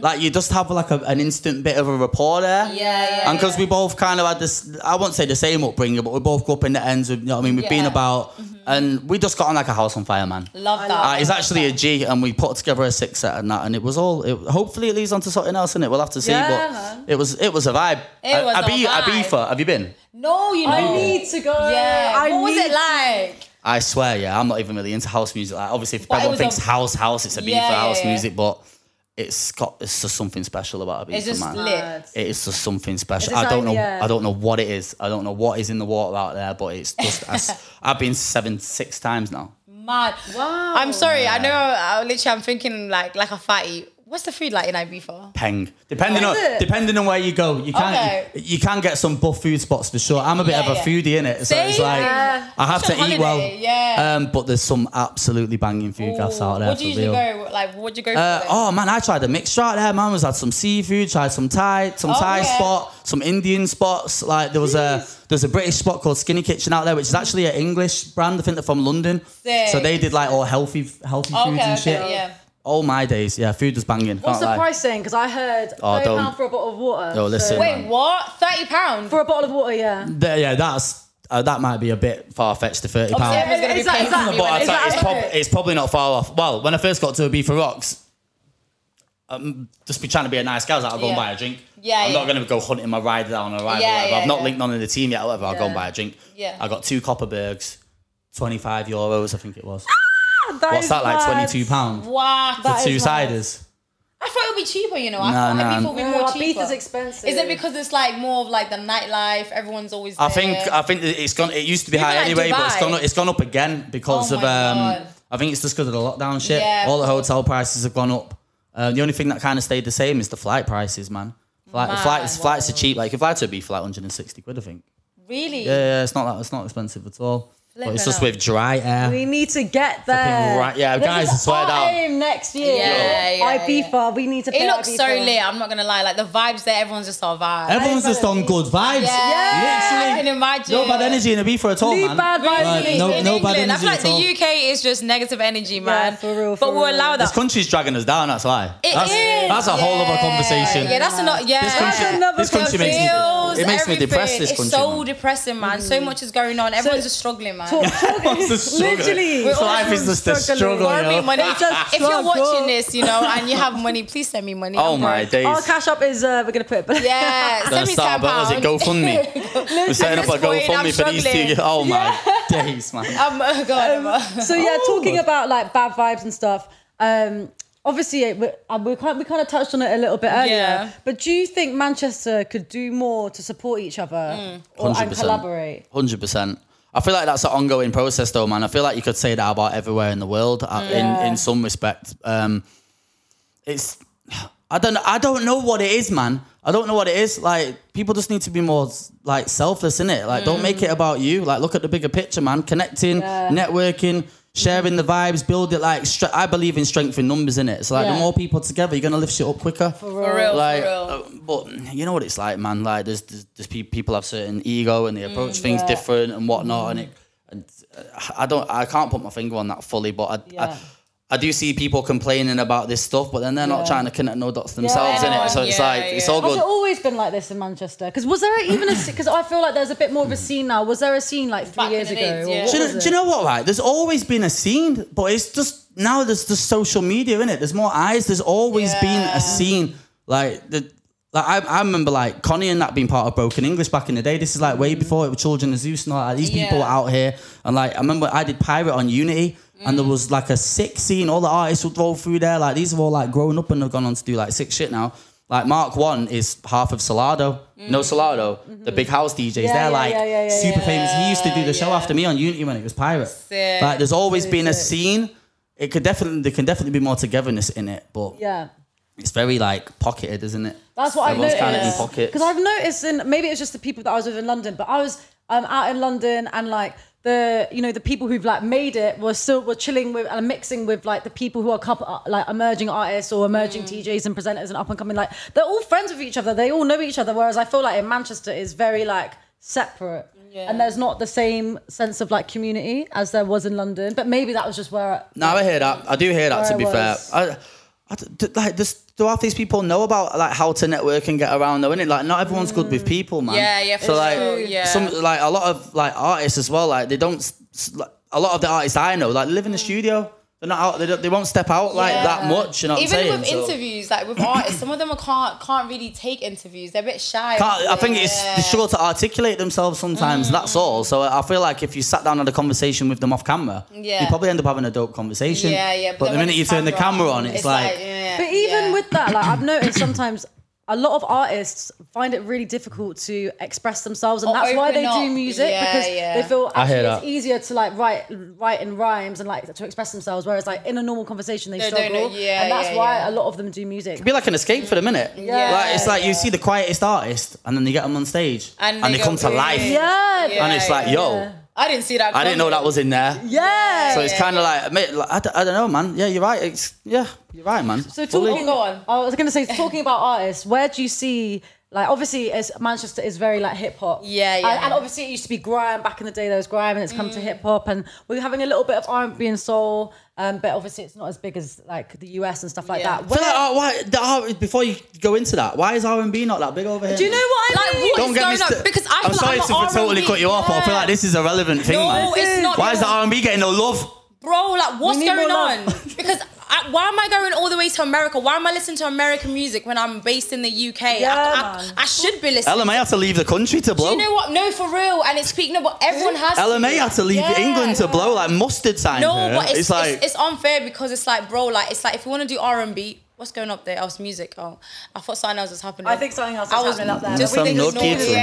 C: like you just have like a, an instant bit of a rapport there.
B: Mm-hmm. Yeah, yeah.
C: and because
B: yeah.
C: we both kind of had this i won't say the same upbringing but we both grew up in the ends with you know what i mean we've been
B: Yeah.
C: about and we just got on like a house on fire man
B: love that.
C: uh, it's
B: Love
C: actually a
B: that.
C: G, and we put together a six set and that, and it was all. It, hopefully, it leads on to something else, and it we'll have to see.
A: Yeah,
C: but
A: man.
C: it was it was a vibe.
B: It was a
C: Abi-
B: vibe.
C: Abifa, have you been?
B: No, you know.
A: I need to go.
B: Yeah.
A: I
B: what was
A: need
B: it like?
C: I swear, yeah, I'm not even really into house music. Like, obviously, if
B: But it
C: everyone
B: was a-
C: thinks house, house, it's Abifa
B: Yeah, yeah,
C: house
B: yeah.
C: music, but it's got it's just something special about Abifa,
B: It's just
C: man.
B: lit.
C: It is just something special.
A: It's just
C: I don't
A: like,
C: know.
A: yeah.
C: I don't know what it is. I don't know what is in the water out there, but it's just. As, I've been seven, six times now.
B: mad.
A: Wow.
B: I'm sorry. I know. I, I literally, I'm thinking like like a fatty. What's the food like in Ibiza?
C: Peng. Depending
A: Is
C: on
A: it?
C: depending on where you go, you can
B: Okay.
C: you can get some buff food spots for sure. I'm a bit
B: Yeah,
C: of a
B: yeah.
C: foodie in it, so it's
B: Same.
C: like
B: Yeah.
C: I have to
B: Especially on
C: eat well.
B: holiday, yeah.
C: Um, but there's some absolutely banging food gaffes out there
B: What do
C: for
B: you usually
C: real.
B: go like? What do you go
C: Uh,
B: for? then?
C: oh man, I tried a mixture out there. Man, was had some seafood, tried some Thai, some
B: Oh,
C: Thai
B: yeah.
C: spot, some Indian spots. Like there was a there's a British spot called Skinny Kitchen out there, which is actually an English brand. I think they're from London.
B: Sick.
C: So they did like all healthy healthy foods
B: okay,
C: and
B: okay,
C: shit.
B: yeah.
C: All my days, yeah, food was banging.
A: What's
C: can't
A: the
C: lie.
A: price saying? Because I heard
C: Oh,
A: thirty
C: don't.
A: pound for a bottle of water.
C: Oh, listen.
A: So-
B: Wait, what? Thirty pounds?
A: for a bottle of water, yeah.
C: There- yeah, that's uh, that might be a bit far fetched to thirty
B: Obviously,
C: pounds.
B: everyone's gonna be
A: Is that-
B: paying
A: is that-
B: for me
C: But
B: when
A: is
C: I
B: I
A: that-
B: go.
C: tell you, it's,
A: accurate?
C: prob- it's probably not far off. Well, when I first got to Ibiza Rocks, um, just be trying to be a nice guy. I was like, I'll go and
B: Yeah.
C: buy a drink.
B: Yeah,
C: I'm not
B: yeah.
C: going to go hunting my rider down or a ride.
B: Yeah,
C: or whatever.
B: yeah,
C: I've not
B: yeah.
C: linked none of the team yet. Whatever, I'll go and
A: Yeah.
C: buy a drink.
B: Yeah.
C: I got two Copperbergs, twenty-five euros, I think it was.
A: That
C: What's
A: is
C: that like?
A: mad.
C: Twenty-two pounds for
B: Wow.
A: That
C: two
A: is mad.
C: ciders.
B: I thought it would be cheaper, you know. I
C: Nah,
B: thought
C: nah.
B: Ibiza would be
A: No,
B: more
A: Ibiza's
B: cheaper.
A: expensive.
B: Is it because it's like more of like the nightlife? Everyone's always.
C: I
B: there?
C: think uh, I think that it's gone. It used to be
B: Even
C: high
B: like
C: anyway, but it's
B: Dubai.
C: gone. It's gone up again because
B: Oh
C: of.
B: my
C: Um,
B: God.
C: I think it's just because of the lockdown shit.
B: Yeah.
C: All the hotel prices have gone up. Uh, the only thing that kind of stayed the same is the flight prices, man. Flight,
B: Man,
C: flights, flights are
B: wow.
C: cheap. Like if I to be flight, hundred and sixty quid, I think.
B: really.
C: Yeah, yeah, it's not that. It's not expensive at all. but
B: Flipping
C: it's just
B: hell.
C: with dry air.
A: We need to get there.
C: right- yeah,
A: This
C: guys,
A: is
C: it's right
A: our
C: down.
A: aim next year.
B: Yeah, yeah,
A: Ibiza, we need to. play
B: It looks so
A: Ibiza.
B: lit. I'm not gonna lie. Like the vibes there, everyone's just on vibe.
C: Everyone's just on good
B: I
C: vibes. Literally,
B: can imagine.
C: no bad energy in a for at all,
A: Leave
C: man.
A: bad vibes
C: Like,
A: in
C: no,
A: Ibiza.
B: in
C: no
B: England,
C: bad
B: I
C: energy
B: feel like
C: at all.
B: the UK is just negative energy, man.
A: for real,
B: but
A: for
B: we'll
A: real.
B: allow
C: This
B: that.
C: country's dragging us down. That's why.
B: It
C: that's,
B: is,
C: That's a whole other
B: yeah.
C: conversation.
B: Yeah, that's not. Yeah,
C: This country,
A: That's another
C: this country makes me,
B: Bills,
C: it makes me
B: everything.
C: depressed. This
B: it's
C: country,
B: so
C: man.
B: depressing, man. So much is going on. Everyone's just struggling,
A: Mm-hmm.
B: man.
A: Talk, talk,
C: It's a struggle.
A: literally.
C: It's life is just a struggle,
B: Borrow me
C: yo.
B: money.
A: It's a
B: If you're
A: struggle.
B: watching this, you know, and you have money, please send me money.
C: Oh
B: I'm
C: my
B: broke.
C: days.
A: Our cash up is uh, we're gonna put. it-
B: Yeah,
C: Gonna
B: send me ten
C: start, but
B: pounds.
C: is it GoFundMe? We're setting up
B: this
C: a
B: point, I'm
C: GoFundMe for these two.
B: struggling.
C: Oh my days, man.
B: Um, oh God,
A: so yeah, talking
B: Oh.
A: about like bad vibes and stuff. Um, obviously, it, we, uh, we kind we kind of touched on it a little bit earlier.
B: Yeah.
A: But do you think Manchester could do more to support each other or, and
C: 100%.
A: collaborate?
C: Hundred percent. I feel like that's an ongoing process, though, man. I feel like you could say that about everywhere in the world, uh in in some respect. Um, it's I don't I don't know what it is, man. I don't know what it is. Like people just need to be more like selfless in it. Like don't make it about you. Like look at the bigger picture, man. Connecting,
A: Mm. Yeah.
C: networking, sharing the vibes, build it. Like stre- I believe in strength in numbers in it. So like the
A: Yeah.
C: more people together, you're gonna lift shit up quicker.
B: for real,
C: Like,
B: for real.
C: uh, but you know what it's like, man. Like, there's, there's, there's pe- people have certain ego and they approach things
A: yeah.
C: different and whatnot,
B: Mm.
C: and it. And uh, I don't, I can't put my finger on that fully, but I,
A: Yeah.
C: I, I do see people complaining about this stuff, but then they're not
A: Yeah.
C: trying to connect no dots themselves in
B: Yeah.
C: it. So it's
B: Yeah,
C: like it's
B: yeah.
C: all
A: Has
C: good.
A: it always been like this in Manchester? Because was there even a because I feel like there's a bit more of a scene now. Was there a scene like three
B: Back in
A: years
B: the
A: ago?
B: days,
A: or
B: yeah.
A: what
C: do, you
A: was
C: know,
A: it?
C: do you know what? Right, there's always been a scene, but it's just now there's the social media in it. There's more eyes. There's always been
B: Yeah.
C: a scene. Like the like I, I remember like Connie and that being part of Broken English back in the day. This is like
A: Mm.
C: way before it was Children of Zeus and all that. These people were
B: Yeah.
C: out here, and like I remember I did Pirate on Unity. And
A: Mm.
C: there was like a sick scene. All the artists would roll through there. Like these have all like grown up and have gone on to do like sick shit now. Like Mark One is half of Solado. No Solado, the big house DJs.
A: Mm. Mm-hmm. Yeah,
C: They're
A: yeah,
C: like
A: yeah, yeah, yeah,
C: super
A: yeah.
C: famous. He used to do the show
B: Yeah.
C: after me on Unity when it was Pirate.
B: Sick.
C: Like there's always been a
A: sick.
C: scene. It could definitely there can definitely be more togetherness in it, but
A: Yeah.
C: it's very like pocketed, isn't it?
A: That's what I've
C: Everyone's
A: noticed.
C: kind of in
B: noticed.
C: pockets.
A: Because I've noticed, in maybe it's just the people that I was with in London, but I was um, out in London and like the you know the people who've like made it were still were chilling with and mixing with like the people who are couple, uh, like emerging artists or emerging DJs and presenters and up and coming. Like they're all friends with each other. They all know each other. Whereas I feel like in Manchester is very like separate.
B: Yeah.
A: And there's not the same sense of like community as there was in London, but maybe that was just where.
C: No, I hear that. I do hear that. To
A: Where
C: be
A: I
C: fair,
A: was.
C: I, I d- d- like this. Do half these people know about like how to network and get around though? Innit? Like not everyone's good with people, man.
B: Mm. Yeah, yeah, for
C: so like
B: sure, yeah.
C: some like a lot of like artists as well. Like they don't. s- s- Like, a lot of the artists I know like live in the studio. They're not out. They, don't, they won't step out like
B: Mm. Yeah.
C: that much. You know what
B: Even
C: I'm saying?
B: with
C: So-
B: interviews, like with artists, some of them are- can't can't really take interviews. They're a bit shy.
C: can't, I think it's
B: Yeah.
C: they struggle to articulate themselves sometimes. That's all. So I feel like if you sat down and had a conversation with them off camera,
B: Yeah.
C: you probably end up having a dope conversation.
B: Yeah, yeah.
C: But, the
B: then when
C: minute you
B: it's
C: turn the camera on, it's, like,
B: yeah,
A: But even
B: yeah.
A: with that, like I've noticed sometimes a lot of artists find it really difficult to express themselves, and
B: Or
A: that's why
B: Oh, open
A: they
B: up.
A: do music
B: Yeah,
A: because
B: yeah.
A: they feel
C: I hear
A: actually it's
C: that.
A: easier to like write write in rhymes and like to express themselves. Whereas like in a normal conversation, they
B: They don't
A: struggle,
B: know- yeah,
A: and that's
B: yeah,
A: why
B: yeah.
A: a lot of them do music.
C: It'd be like an escape for the minute.
A: Yeah.
C: Like, it's like you see the quietest artist, and then you get them on stage,
B: And they
C: and, they,
B: go
C: come to
B: crazy.
C: life,
A: Yeah,
B: Yeah.
C: and it's like, yo,
A: yeah.
B: I didn't see that.
C: I didn't know that
B: coming.
C: was in there.
A: yeah.
C: So it's kind of like, mate, like I, d- I don't know, man. Yeah, you're right. It's yeah, you're right, man.
A: So
C: Fully.
A: talking,
B: Go on.
A: I was going to say, talking about artists, where do you see like obviously it's, Manchester is very like hip hop.
B: Yeah, yeah. Mm.
A: And, and obviously it used to be grime back in the day. There was grime, and it's come to hip hop, and we're having a little bit of R and B and soul. Um, but obviously it's not as big as like the US and stuff like
B: Yeah.
A: that.
C: I
A: Where,
C: feel like, oh, why, the R, before you go into that, why is R and B not that big over here?
A: do you know what I
B: Like,
A: mean?
B: what
C: Don't
B: is
C: get me.
B: going on?
C: st-
B: Because I feel
C: I'm
B: like
C: sorry
B: I'm
C: to
B: a
C: totally
B: R&B.
C: cut you off. but I feel
B: Yeah.
C: like this is a relevant thing,
B: No,
C: man.
B: it's not.
C: Why is the
B: because-
C: R and B getting no love?
B: bro? Like, what's
A: need
B: going
A: more
B: on?
A: love.
B: Because I, why am I going all the way to America? Why am I listening to American music when I'm based in the UK?
A: Yeah,
B: I,
A: man.
B: I, I should be listening.
C: LMA had to leave the country to
B: Do
C: blow.
B: you know what? No, for real. And it's speaking of what everyone has. to
C: LMA
B: do.
C: had to leave
B: Yeah.
C: England to blow like mustard sign.
B: No,
C: here.
B: but it's, it's,
C: like
B: it's, unfair because it's like, bro, like it's like if you want to do R and B, what's going up there? Oh, it's music. Oh, I thought something else was happening.
A: I think something else is
B: I was
A: happening up there.
B: just
A: Some
B: thinking it's
A: no kids
B: normal.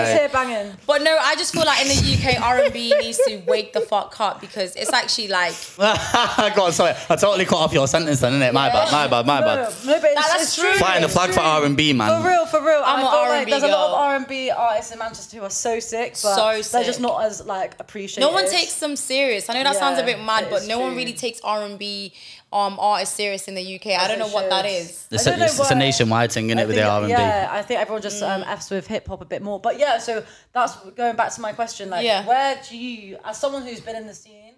A: It's here banging.
B: But no, I just feel like in the UK, R and B needs to wake the fuck up because it's actually like
C: Go on, sorry. I totally cut off your sentence then, innit? My
B: Yeah.
C: bad, my bad, my
A: No, no,
C: bad.
A: no, but it's,
B: that's
A: it's
B: true.
A: true.
C: Flying the
A: It's
C: flag for
A: true.
C: R and B, man.
A: For real, for real. I
B: I'm a
A: feel like
B: R&B
A: there's a lot of
B: girl.
A: R and B artists in Manchester who are so sick, but
B: So
A: they're
B: sick.
A: just not as like appreciated.
B: no one takes them serious. I know that
A: Yeah,
B: sounds a bit mad,
A: it
B: but
A: is
B: no one
A: true.
B: really takes R and B um artists serious in the UK. I don't
A: they
B: know what that
A: should.
B: is.
C: It's,
A: I don't
C: a,
A: know
C: it's, it's a
A: why.
C: nationwide thing, innit,
A: I
C: with the
A: think-
C: R and B.
A: Yeah, I think everyone just um,
B: Mm.
A: f's with hip hop a bit more. But yeah, so that's going back to my question. Like,
B: Yeah.
A: where do you, as someone who's been in the scene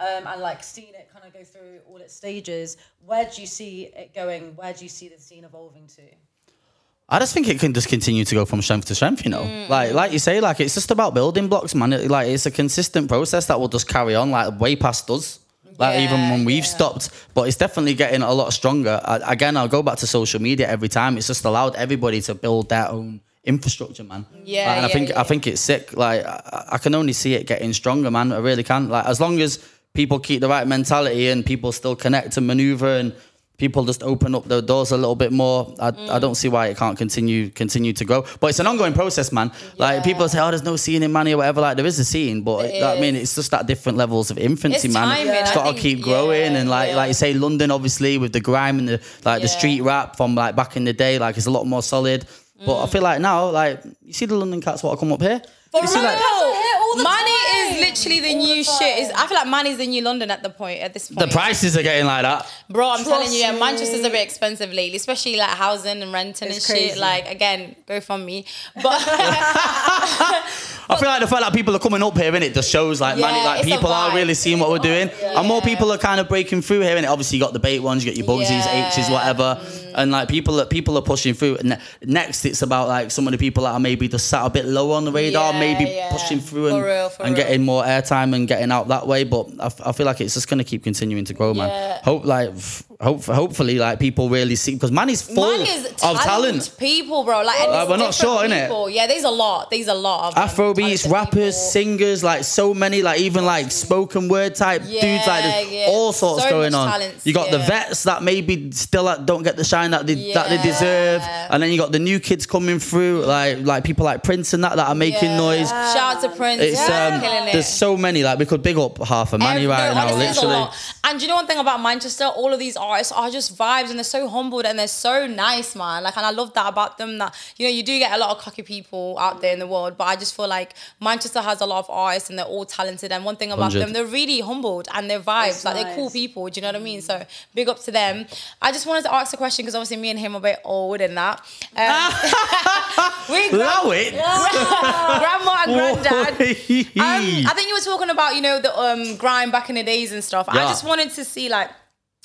A: um, and like seen it kind of go through all its stages, where do you see it going? Where do you see the scene evolving to?
C: I just think it can just continue to go from strength to strength, you know.
B: Mm.
C: Like like you say, like it's just about building blocks, man. It- like it's a consistent process that will just carry on, like way past us. Like
B: Yeah,
C: even when we've
B: yeah.
C: stopped, but it's definitely getting a lot stronger. I, again, I'll go back to social media every time. It's just allowed everybody to build their own infrastructure, man.
B: Yeah,
C: Like, and I
B: yeah,
C: think
B: yeah.
C: I think it's sick. Like I, I can only see it getting stronger, man. I really can. Like as long as people keep the right mentality and people still connect and maneuver and people just open up their doors a little bit more, I,
B: Mm.
C: I don't see why it can't continue continue to grow. But it's an ongoing process, man. Like people say, oh, there's no scene in money or whatever. Like there is a scene, but it, I mean, it's just at different levels of infancy,
B: It's
C: man.
B: timing.
C: It's
B: I
C: got to
B: think-
C: keep growing
B: yeah,
C: and like
B: yeah.
C: like you say, London obviously with the grime and the like the
B: Yeah.
C: street rap from like back in the day, like it's a lot more solid. But I feel like now, like you see the London cats what come up here.
B: Mm. For
C: you
B: real,
C: see, like,
A: all the
B: money
A: time.
B: is literally the
A: All the
B: new shit. Is I feel like money's the new London at the point at this point.
C: the prices are getting like that.
B: Bro, I'm telling you, yeah,
A: me.
B: Manchester's a bit expensive lately, especially like housing and renting
A: It's
B: and
A: crazy.
B: shit. Like again, go from me. But
C: I feel like the fact that people are coming up here, innit, just shows like
B: Yeah,
C: man, like
B: it's a
C: people are
B: vibe.
C: really seeing what we're doing, and more people are kind of breaking through here. And obviously, you got the bait ones, you got your Bozzies,
B: Yeah.
C: H's, whatever, and like people are people are pushing through. And ne- next, it's about like some of the people that are maybe just sat a bit low on the radar,
B: Yeah,
C: maybe
B: yeah.
C: pushing through and,
B: For real, for
C: and
B: real.
C: getting more airtime and getting out that way. But I, f- I feel like it's just gonna keep continuing to grow, man.
B: Yeah.
C: Hope like f- hope hopefully like people really see because man is full
B: man is
C: of talent.
B: people, bro. Like, and
C: Like,
B: it's
C: we're not
B: different
C: sure, innit?
B: people. Yeah, there's a lot. There's a lot of them,
C: Afrobeats,
B: talented
C: rappers,
B: people.
C: singers, like so many, like even like spoken word type dudes, like there's
B: Yeah, yeah.
C: all sorts
B: So
C: going
B: much
C: on.
B: talents,
C: you got the
B: yeah.
C: vets that maybe still like, don't get the shine that they that they deserve,
B: Yeah.
C: and then you got the new kids coming through, like like people like Prince and that that are making
B: Yeah.
C: noise.
B: Shout out to Prince.
C: It's
B: yeah.
C: um,
B: killing it.
C: there's so many like we could big up half a
B: Ev-
C: money
B: no,
C: right now,
B: honestly, there's a
C: literally.
B: lot. And you know one thing about Manchester? All of these artists are just vibes, and they're so humbled and they're so nice, man. Like, and I love that about them. That you know, you do get a lot of cocky people out there in the world, but I just feel like Manchester has a lot of artists, and they're all talented. And one thing about
C: 100.
B: them, they're really humbled and their vibes,
A: That's
B: like they're cool
A: nice.
B: people. Do you know what I mean? So big up to them. I just wanted to ask a question because obviously me and him are a bit old and that. Um, we grew up-
C: Allow it.
B: grandma and granddad.
C: Whoa.
B: Um, I think you were talking about, you know, the um, grime back in the days and stuff. I
C: Yeah.
B: just wanted to see, like,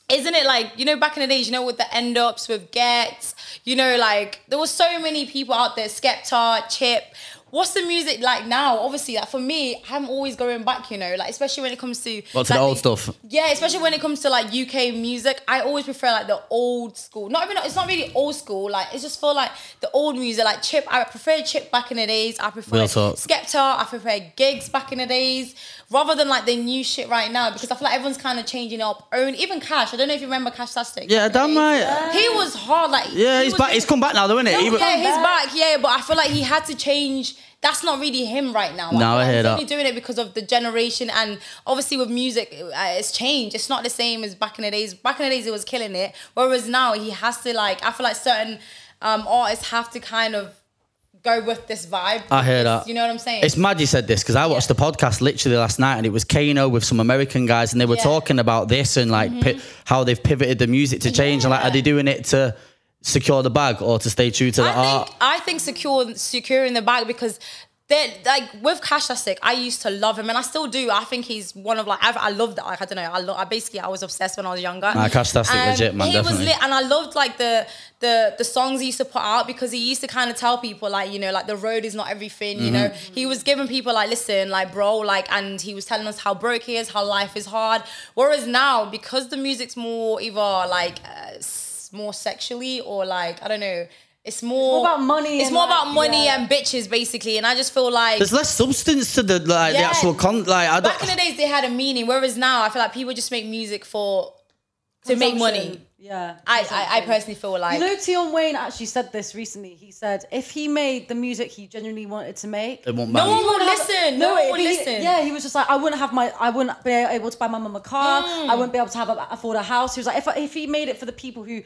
B: isn't it like, you know, back in the days, you know, with the end ups, with Get, you know, like, there were so many people out there, Skepta, Chip. What's the music like now? Obviously, like for me, I'm always going back, you know, like especially when it comes to
C: Well, to
B: like,
C: the old stuff.
B: Yeah, especially when it comes to like UK music, I always prefer like the old school. Not even it's not really old school. Like it's just for like the old music, like Chip. I prefer Chip back in the days. I prefer
C: Real talk.
B: Skepta. I prefer gigs back in the days. rather than like the new shit right now because I feel like everyone's kind of changing up. Own even Cash. I don't know if you remember Cash Tastic.
C: Yeah, damn right.
B: He was hard. Like
C: Yeah,
B: uh, he
C: he's
B: was
C: back. He's come back now, though, isn't it?
B: yeah, he's back. Yeah, but I feel like he had to change. That's not really him right now.
C: No,
B: feel
C: I
B: like
C: hear
B: he's
C: that.
B: only doing it because of the generation and obviously with music, uh, it's changed. It's not the same as back in the days. Back in the days, it was killing it. Whereas now, he has to like. I feel like certain um, artists have to kind of go with this vibe.
C: I hear that.
B: You know what I'm saying?
C: It's mad you said this because I watched the podcast literally last night and it was Kano with some American guys and they were
B: Yeah. Mm-hmm.
C: talking about this and like pi- how they've pivoted the music to change and like
B: Yeah.
C: are they doing it to secure the bag or to stay true to the
B: I
C: art?
B: think I think secure securing the bag because they're like with Cash Lastic, I used to love him and I still do. I think he's one of like I've, I love that. Like I don't know. I lo- I basically I was obsessed when I was younger.
C: Nah, Cash Lastic legit, man,
B: He
C: definitely.
B: was lit and I loved like the the the songs he used to put out because he used to kind of tell people like you know like the road is not everything. You know he was giving people like listen like bro like and he was telling us how broke he is, how life is hard. Whereas now because the music's more either like. Uh, s- more sexually or like I don't know. It's more,
A: more about money
B: It's
A: and,
B: more
A: like,
B: about money
A: yeah.
B: and bitches basically. And I just feel like
C: There's less substance to the like the
B: Yeah.
C: actual con. Like I
B: back in the
C: don't.
B: days they had a meaning, whereas now I feel like people just make music for to make money.
A: Yeah.
B: I, I I personally feel like
A: You know, Tion Wayne actually said this recently. He said if he made the music he genuinely wanted to make,
C: It won't
B: no
C: matter.
B: one will
A: wouldn't have-
B: listen. No, one
A: it-
B: will
A: he-
B: listen.
A: Yeah, he was just like, I wouldn't have my, I wouldn't be able to buy my mum a car.
B: Mm.
A: I wouldn't be able to have a, afford a house. He was like, if I- if he made it for the people who.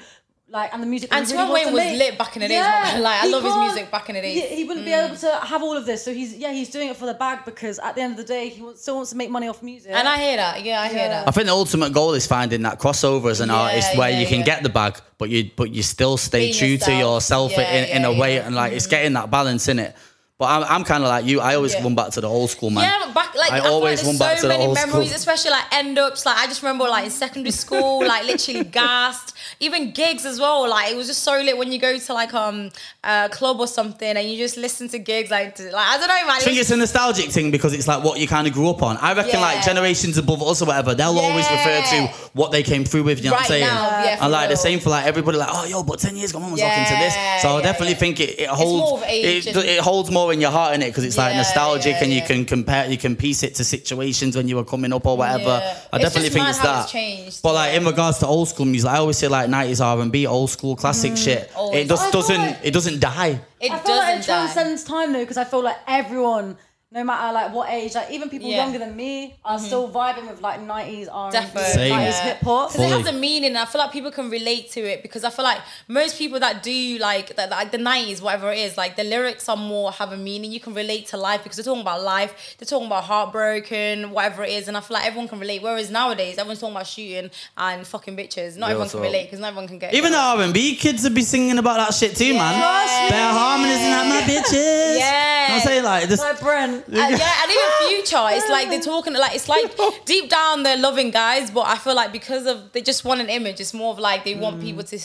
A: Like and the music
B: And
A: he
B: Timon
A: wants
B: Wayne
A: to
B: was
A: make-
B: lit back in the days, man. Like, I
A: he
B: love his
A: can't-
B: music back in the
A: he-
B: days. Mm.
A: He, wouldn't be able to have all of this, so he's yeah, he's doing it for the bag because at the end of the day, he wants, still wants to make money off music.
B: And I hear that. Yeah, I hear
A: Yeah.
B: that.
C: I think the ultimate goal is finding that crossover as an
B: Yeah,
C: artist where
B: yeah,
C: you can
B: yeah.
C: get the bag, but you but you still stay
B: Being
C: true to
B: yourself.
C: yourself
B: Yeah,
C: in, in a
B: yeah,
C: way,
B: yeah. Mm-hmm.
C: and like it's getting that balance in it. But I'm, I'm kind of like you. I always
B: Yeah.
C: run back to the old school man.
B: Yeah, but back like I, feel like there's so many memories, especially like end ups. Like I just remember like in secondary school, like literally gassed. Even gigs as well. Like it was just so lit when you go to like um a club or something and you just listen to gigs. Like, to- like I don't know, man.
C: I think
B: It's-
C: it's a nostalgic thing because it's like what you kind of grew up on. I
B: Yeah.
C: reckon like generations above us or whatever, they'll always refer
B: Yeah.
C: to what they came through with. You know what
B: Right
C: I'm saying?
B: now, yeah, for
C: and like the
B: real.
C: same for like everybody, like oh yo, but ten years ago, mum was looking to this.
B: Yeah,
C: So I
B: yeah,
C: definitely
B: yeah.
C: think it, it holds
B: more of age
C: it,
B: and-
C: it holds more in your heart in it because it's like
B: Yeah,
C: nostalgic
B: yeah,
C: and you
B: yeah.
C: can compare, you can piece it to situations when you were coming up or whatever.
B: Yeah.
C: I
B: It's
C: definitely
B: just
C: think
B: mad
C: it's
B: how
C: that.
B: it's changed,
C: But like
B: yeah.
C: in regards to old school music, I always say like 90s R&B, old school classic shit.
B: Mm-hmm. always. Oh,
C: It just
A: I feel
C: doesn't
A: like-
C: it doesn't die.
B: it
A: I feel like it
B: doesn't die.
A: transcends time though, because I feel like everyone, no matter like what age, like even people
B: Yeah. Mm-hmm.
A: younger than me, are still vibing with like nineties R and B,
B: Defo.
C: Same.
A: nineties hip hop.
B: because it
C: Fully.
B: has a meaning. and I feel like people can relate to it because I feel like most people that do like that, like the nineties, whatever it is, like the lyrics are more have a meaning. You can relate to life because they're talking about life. They're talking about heartbroken, whatever it is, and I feel like everyone can relate. Whereas nowadays, everyone's talking about shooting and fucking bitches. Not
C: Real
B: everyone can
C: talk.
B: relate because not everyone can get
C: Even the R&B kids would be singing about that shit too, man.
B: Yeah.
C: Bear harmonies and that, my bitches.
B: Yeah.
C: I'm saying like this.
A: Like Brent,
B: Uh, yeah, and even future, it's like they're talking like it's like deep down they're loving guys, but I feel like because of they just want an image. It's more of like they
A: Mm.
B: want people to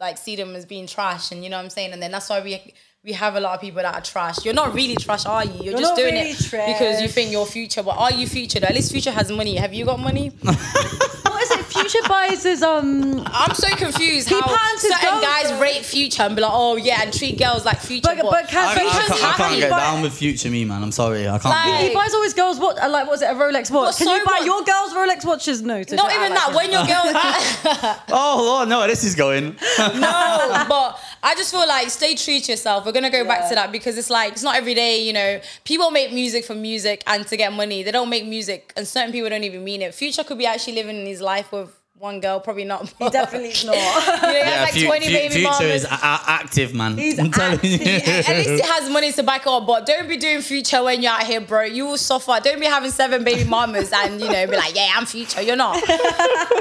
B: like see them as being trash, and you know what I'm saying. And then that's why we we have a lot of people that are trash. You're not really trash, are you? You're, just
A: not
B: doing
A: really
B: it because you
A: trash.
B: think you're future. But are you future? Though? At least future has money. Have you got money?
A: what is it? Future buys is um,
B: I'm so confused
A: He
B: how
A: pants his
B: certain guys
A: girlfriend.
B: rate future and be like, oh yeah, and treat girls like future.
A: But- but can-
C: I, I
A: Future's
C: can't, I can't
A: happy,
C: get
A: but-
C: down with future me, man. I'm sorry, I can't.
B: Like-
C: do it.
A: he buys always girls what uh, like what was it a Rolex watch?
B: Well,
A: Can
B: so
A: you buy
B: what?
A: your girls Rolex watches? No, to
B: not even that. When your girl.
C: Oh Lord, no, this is going.
B: no, Oh, but I just feel like stay true to yourself. We're gonna go back to that because it's like it's not every day, you know. People make music for music and to get money. They don't make music, and certain people don't even mean it. Future could be actually living his life with one girl, probably not. He
A: definitely not.
B: you know, he has like
C: fu-
B: twenty
C: fu-
B: baby
C: future
B: mamas.
C: is a- a- active, man.
A: He's
C: I'm telling
A: active.
C: you.
B: At at least it has money to back it up, but don't be doing future when you're out here, bro. You will suffer. Don't be having seven baby mamas and you know be like, yeah, I'm future. You're not,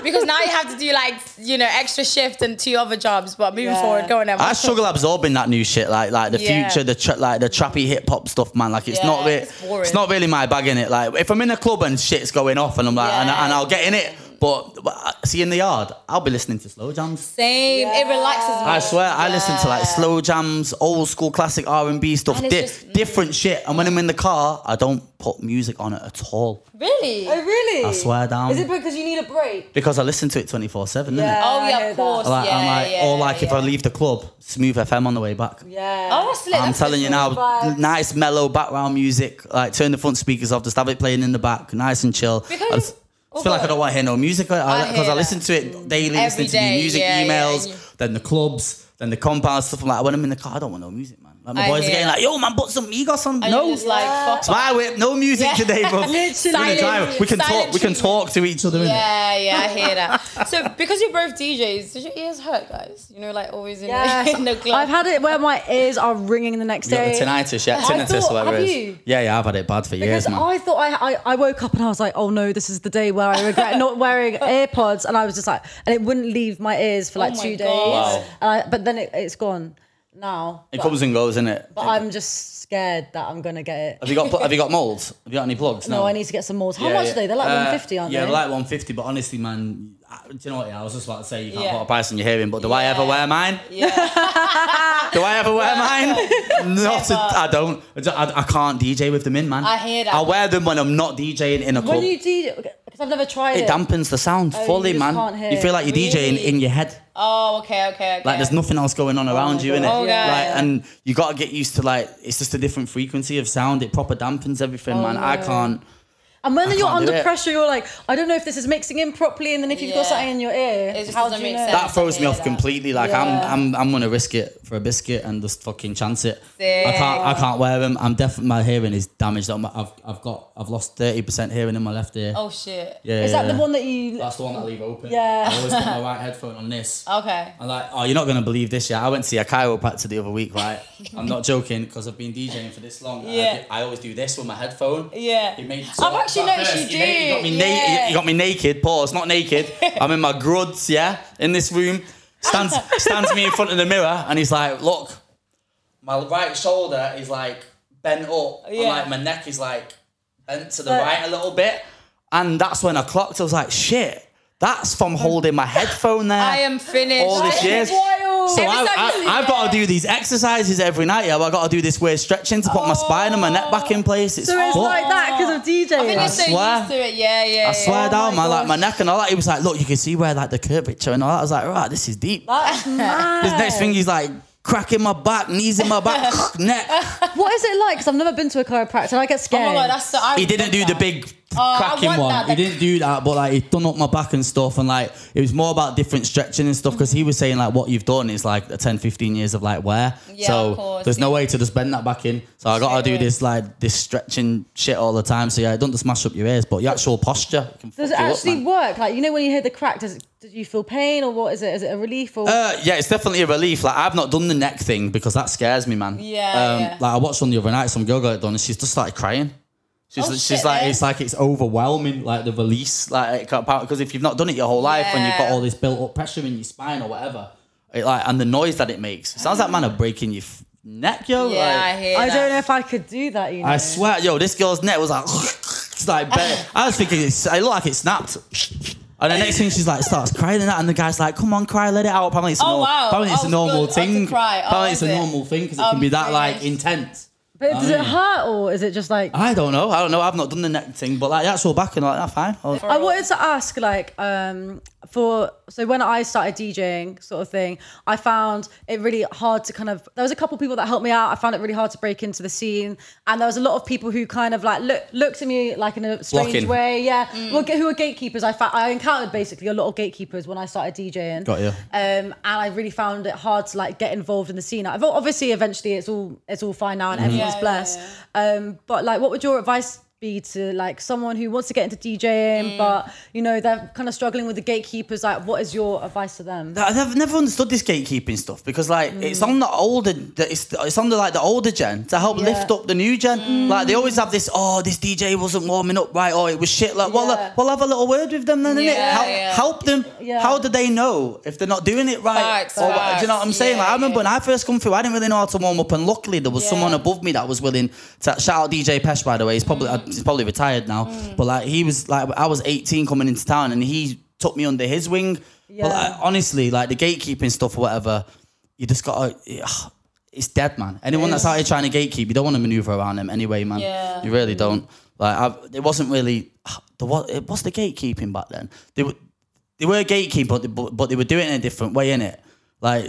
B: because now you have to do like you know extra shift and two other jobs. But moving
A: Yeah.
B: forward, go on. Emma.
C: I struggle absorbing that new shit, like like the
B: Yeah.
C: future, the tra- like the trappy hip hop stuff, man. Like it's
B: Yeah,
C: not really,
B: it's boring.
C: it's not really my bag in it. Like if I'm in a club and shit's going off, and I'm like, and,
B: Yeah.
C: and I'll get in it, But, but I- see, in the yard, I'll be listening to slow jams.
B: Same. It relaxes me.
C: I swear, I listen to like slow jams, old school classic R and B stuff,
B: And it's
C: di-
B: just-
C: different shit. And when I'm in the car, I don't put music on it at all
B: Really?
A: Oh really?
C: I swear down.
A: Is it because you need a break?
C: because I listen to it twenty four seven.
A: Yeah.
B: Oh
A: I
B: yeah,
A: hear
B: of
A: that.
B: course.
C: Like,
B: yeah,
C: I'm like,
B: yeah,
C: or like if
B: yeah.
C: I leave the club, smooth FM on the way back.
A: Yeah.
B: Oh, that's lit.
C: I'm
B: That's
C: telling you
B: lit.
C: now,
A: vibes.
C: nice mellow background music. Like turn the front speakers off, just have it playing in the back, nice and chill.
B: Because-
C: I just
B: oh,
C: feel like I
B: God.
C: don't want to hear no music because
B: I
C: I,
B: hear that.
C: listen to it daily,
B: Every
C: listening to new
B: day,
C: music,
B: yeah, yeah,
C: emails,
B: yeah.
C: then the clubs, then the compound stuff. I'm like, when I'm in the car, I don't want no music, man. Like my
B: I
C: boys are
B: hear
C: getting
B: that.
C: like, yo, man, put some Migos on.
B: And you're
C: No,
B: just like, fuck
C: it's my whip, no music
B: Yeah.
C: today, bro.
A: Literally.
C: We're gonna drive. We can
B: Silent
C: talk. We can
B: treatment.
C: talk to each other. innit?
B: Yeah, yeah, I hear that. So because you're both DJs, did your ears hurt, guys? You know, like always in, the, in the
A: Yes.
B: club.
A: I've had it where my ears are ringing the next
C: You got
A: day.
C: the tinnitus, yeah,
A: I
C: tinnitus,
A: thought-
C: whatever
A: have
C: it is.
A: you?
C: Yeah, yeah, I've had it bad for years,
A: Because
C: man.
A: I thought I, I I woke up and I was like, oh no, this is the day where I regret not wearing AirPods, and I was just like, and it wouldn't leave my ears for like
B: Oh my
A: two days.
B: God.
C: Wow.
A: And I, but then it, it's gone now.
C: It
A: but,
C: comes and goes, innit?
A: but I'm just scared that I'm gonna get it.
C: Have you got have you got molds? Have you got any plugs?
A: No, I need to get some more. How
C: Yeah,
A: much
C: yeah.
A: are they? They're like
C: Uh,
A: 150, aren't
C: yeah,
A: they?
C: they're like 150. But honestly, man, I, do you know what? Yeah, I was just about to say you can't
B: Yeah.
C: put a price on your hearing, but do I ever
B: Yeah.
C: wear mine?
B: yeah.
C: Do I ever wear mine? Not. A, I don't. I, don't- I- I can't DJ with them in, man.
B: I hear that.
C: I wear them when I'm not DJing in a club.
A: when you do, because I've never tried
C: it
A: it.
C: dampens the sound
A: you
C: fully,
A: just
C: man.
A: can't hear
C: You feel like you're DJing
B: Really?
C: in your head.
B: Oh, okay, okay, okay.
C: Like there's nothing else going on around
A: my
C: you in it.
A: God.
B: Oh, yeah,
C: like
B: yeah.
C: and you gotta get used to like it's just a different frequency of sound. It proper dampens everything,
A: Oh,
C: man. I
A: no.
C: can't.
A: and when you're
C: can't do
A: under
C: it.
A: pressure, you're like, I don't know if this is mixing in properly. And then if you've got
B: Yeah.
A: something in your ear,
B: It just
A: how
B: doesn't
A: do you
B: make
A: know?
B: sense.
C: that throws me
B: I
C: off
B: hear that.
C: completely. Like
A: Yeah.
C: I'm, I'm, I'm gonna risk it for a biscuit and just fucking chance it. I
B: Sick.
C: can't, I can't wear them. I'm definitely my hearing is damaged. I'm, I've, I've got, I've lost thirty percent hearing in my left ear.
B: oh shit.
C: yeah,
A: Is that
C: yeah.
A: the one that you?
B: Oh.
C: That's the one that I leave open.
A: Yeah.
C: I always put my right headphone on this.
B: Okay.
C: I'm like, oh, you're not gonna believe this. Yeah, I went to see a chiropractor the other week, right? I'm not joking because I've been DJing for this long. and I
B: Yeah.
C: do- I, always do this with my headphone.
B: Yeah.
C: It made,
B: I've actually
C: at
B: noticed you
C: he made- he
B: do,
C: got me
B: yeah.
C: naked. He got me naked. Pause. Not naked. I'm in my gruds. Yeah, in this room. Stands stands me in front of the mirror and he's like, look, my right shoulder is like bent up. and
B: Yeah.
C: like my neck is like bent to the
A: But-
C: right a little bit. And that's when I clocked. I was like, shit. That's from holding my headphone there
B: I am finished.
C: all this
A: That's
C: years. So
A: wild.
C: I,
B: Every time you
C: I,
B: see
C: I've
B: it.
C: got to do these exercises every night. Yeah, I've got to do this weird stretching to put my spine and my neck back in place. It's,
A: So it's
C: fucked.
A: like that because of DJ.
B: I think you're so
C: swear.
B: used to it. Yeah, yeah.
C: I swear
A: Oh
C: down,
A: my
C: man, like my
A: gosh.
C: neck and all that. He was like, look, you can see where like the curvature and all that. I was like, right, this is deep.
B: Oh
A: That's mad.
C: This next thing, he's like cracking my back, knees in my back, neck.
A: What is it like? Because I've never been to a chiropractor. I get
B: Yeah.
A: scared.
B: Oh my god, that's so. I
C: He didn't
B: love
C: do the
B: that.
C: big
B: I
C: cracking
B: want
C: one.
B: that,
C: He
B: the-
C: didn't do that, but like he done up my back and stuff. And like it was more about different stretching and stuff because he was saying like what you've done is like 10, 15 years of like wear.
B: Yeah,
C: so
B: of course,
C: there's no
B: yeah.
C: way to just bend that back in. So I got to do
B: Straight away.
C: this like this stretching shit all the time. So yeah, it doesn't just smash up your ears, but your actual posture can
A: Does it
C: fuck you up,
A: actually
C: man.
A: work? Like you know when you hear the crack, does it, do you feel pain or what is it? Is it a relief or?
C: Uh, yeah, it's definitely a relief. Like I've not done the neck thing because that scares me, man. Um,
B: Yeah, yeah.
C: Like I watched one the other night, some girl got it done, and she's just started crying. She's,
B: Oh,
C: she's
B: shit,
C: like,
B: eh?
C: it's like it's overwhelming, like the release, like because if you've not done it your whole life and you've got
B: Yeah.
C: all this built up pressure in your spine or whatever, it like and the noise that it makes, it sounds like man are breaking your f- neck, yo.
B: Yeah,
C: like,
B: I hear.
A: I
B: that.
A: don't know if I could do that. You know.
C: I swear, yo, this girl's neck was like, it's like bare- I was thinking, it's, it looked like it snapped. And the next thing she's like starts crying and that, and the guy's like, "Come on, cry, let it out." Apparently, it's a
B: Oh,
C: normal,
B: wow.
C: apparently it's
B: Oh,
C: a normal
B: good. Oh, to
C: thing.
B: cry. Oh,
C: apparently, it's
B: is
C: a
B: it?
C: normal thing because it
B: Um,
C: can be that
B: very
C: like
B: nice.
C: intense.
A: But does it
C: Um,
A: hurt or is it just like?
C: I don't know. I don't know. I've not done the neck thing, but like that's all back and like that, fine. I'll-
A: I wanted to ask, like, um, for so when I started DJing, sort of thing, I found it really hard to kind of. There was a couple people that helped me out. I found it really hard to break into the scene, and there was a lot of people who kind of like look, looked at me like in a strange
C: Blocking.
A: way. Yeah, well, who were gatekeepers. I fa- I encountered basically a lot of gatekeepers when I started DJing.
C: Got you.
A: Um, and I really found it hard to like get involved in the scene. I've obviously eventually it's all it's all fine now, and everyone's
B: Yeah, yeah,
A: blessed. Um, but like, what would your advice be to like someone who wants to get into
C: Mm.
A: DJing, but you know they're kind of struggling with the gatekeepers? Like, what is your advice to them?
C: I- I've never understood this gatekeeping stuff because like
B: Mm.
C: it's on the older, the- it's it's on the like the older gen to help
A: Yeah.
C: lift up the new gen.
B: Mm.
C: Like they always have this, oh, this DJ wasn't warming up right, or it was shit. Like, well,
A: Yeah.
C: uh, we'll have a little word with them then, innit?
B: Yeah,
C: help,
B: yeah.
C: help them.
A: Yeah.
C: How do they know if they're not doing it right?
B: Facts,
C: Or what- do you know what I'm
B: facts.
C: saying? like, I
B: Yeah,
C: remember when I first come through, I didn't really know how to warm up, and luckily there was
B: Yeah.
C: someone above me that was willing to shout out DJ Pesh. By the way, he's probably uh, he's probably retired now, but like he was like I was 18 coming into town, and he took me under his wing.
A: Yeah.
C: But like, honestly, like the gatekeeping stuff or whatever, you just gotta. ugh, It's dead, man. Anyone that's out here trying to gatekeep, you don't want to maneuver around them anyway, man.
B: Yeah.
C: You really don't. Like, I've, it wasn't really. ugh, There was, it was the gatekeeping back then. They were, they were gatekeeping, but they, but but they were doing it in a different way, innit? Like,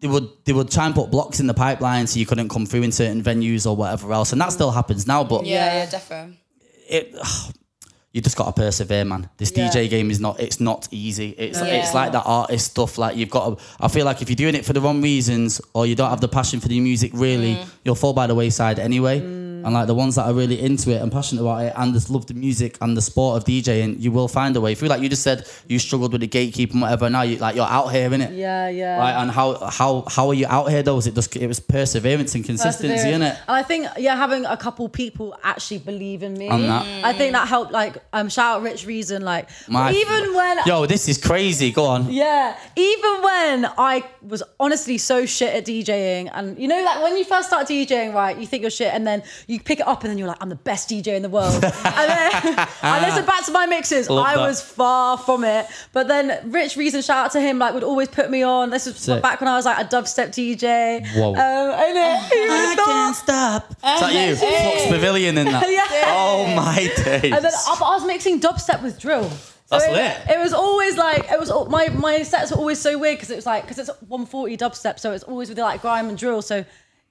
C: they would they would try and put blocks in the pipeline so you couldn't come through in certain venues or whatever else, and that still happens now. But
B: Yeah, yeah, definitely.
C: it you just gotta persevere, man. This
A: Yeah.
C: DJ game is not it's not easy. It's
B: Yeah.
C: it's like that artist stuff. Like you've got to I feel like if you're doing it for the wrong reasons or you don't have the passion for the music really, you'll fall by the wayside anyway. And like the ones that are really into it and passionate about it and just love the music and the sport of DJing, you will find a way through. Like you just said, you struggled with the gatekeep and whatever. Now you like you're out here, innit?
A: Yeah, yeah.
C: Right, and how how how are you out here though? Is it just it was perseverance and consistency,
A: Perseverance.
C: innit?
A: And I think yeah, having a couple people actually believe in me,
C: On that.
A: I think that helped. Like, um, shout out Rich Reason. Like,
C: My-
A: even when
C: Yo, this is crazy. Go on.
A: yeah, even when I was honestly so shit at DJing, and you know, like when you first start DJing, right, you think you're shit, and then you pick it up, and then you're like, I'm the best DJ in the world. and then I listen back to my mixes,
C: Love
A: I
C: that.
A: was far from it. But then Rich Reason, shout out to him, like would always put me on. This is
C: Sick.
A: back when I was like a dubstep DJ.
C: Whoa.
A: Um, and then he would
C: I
A: start-
C: can't stop. Is that you? Fox Pavilion in that.
A: Yeah.
C: Oh my days.
A: And then I, I was mixing dubstep with drill. So
C: That's
A: it,
C: lit.
A: It was always like it was all- my my sets were always so weird because it was like because it's 140 dubstep, so it's always with like grime and drill. So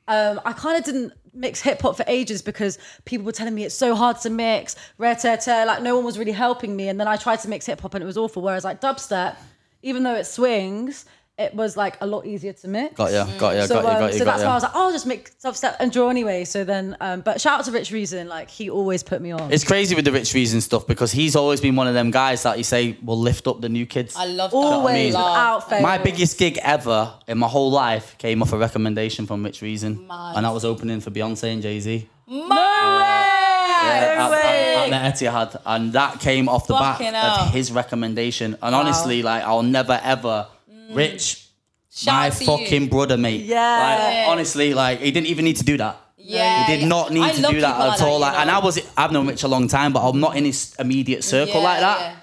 A: um, I kind of didn't mix hip hop for ages because people were telling me it's so hard to mix. Rare tear tear, like no one was really helping me. And then I tried to mix hip hop and it was awful. Whereas like dubstep, even though it swings, it was like a lot easier to mix
C: got ya, got ya,
A: so,
C: got ya,
A: um,
C: got ya,
A: so
C: got
A: that's
C: ya.
A: why I was like, I'll just make stuff step and draw anyway. So then, um, but shout out to Rich Reason, like he always put me on.
C: it's crazy with the Rich Reason stuff because he's always been one of them guys that you say will lift up the new kids.
B: I love that.
A: always
C: mean?
B: Love.
A: without fail.
C: my biggest gig ever in my whole life came off a recommendation from Rich Reason,
B: Mad.
C: and that was opening for Beyonce and Jay Z
B: No way!
A: Yeah.
C: at, at,
A: way.
C: at the Etihad, and that came off the
B: Fucking
C: back
B: hell.
C: of his recommendation. And honestly, like I'll never ever Rich
B: Mm. Shout
C: my
B: out to
C: fucking
B: you.
C: brother, mate.
A: Yeah.
C: Like, honestly, like he didn't even need to do that.
B: Yeah,
C: He did
B: yeah.
C: not need
B: I
C: to
B: love
C: do that
B: people
C: at
B: like that,
C: all. like,
B: you
C: and
B: know.
C: I was I've known Rich a long time, but I'm not in his immediate circle like that.
B: yeah.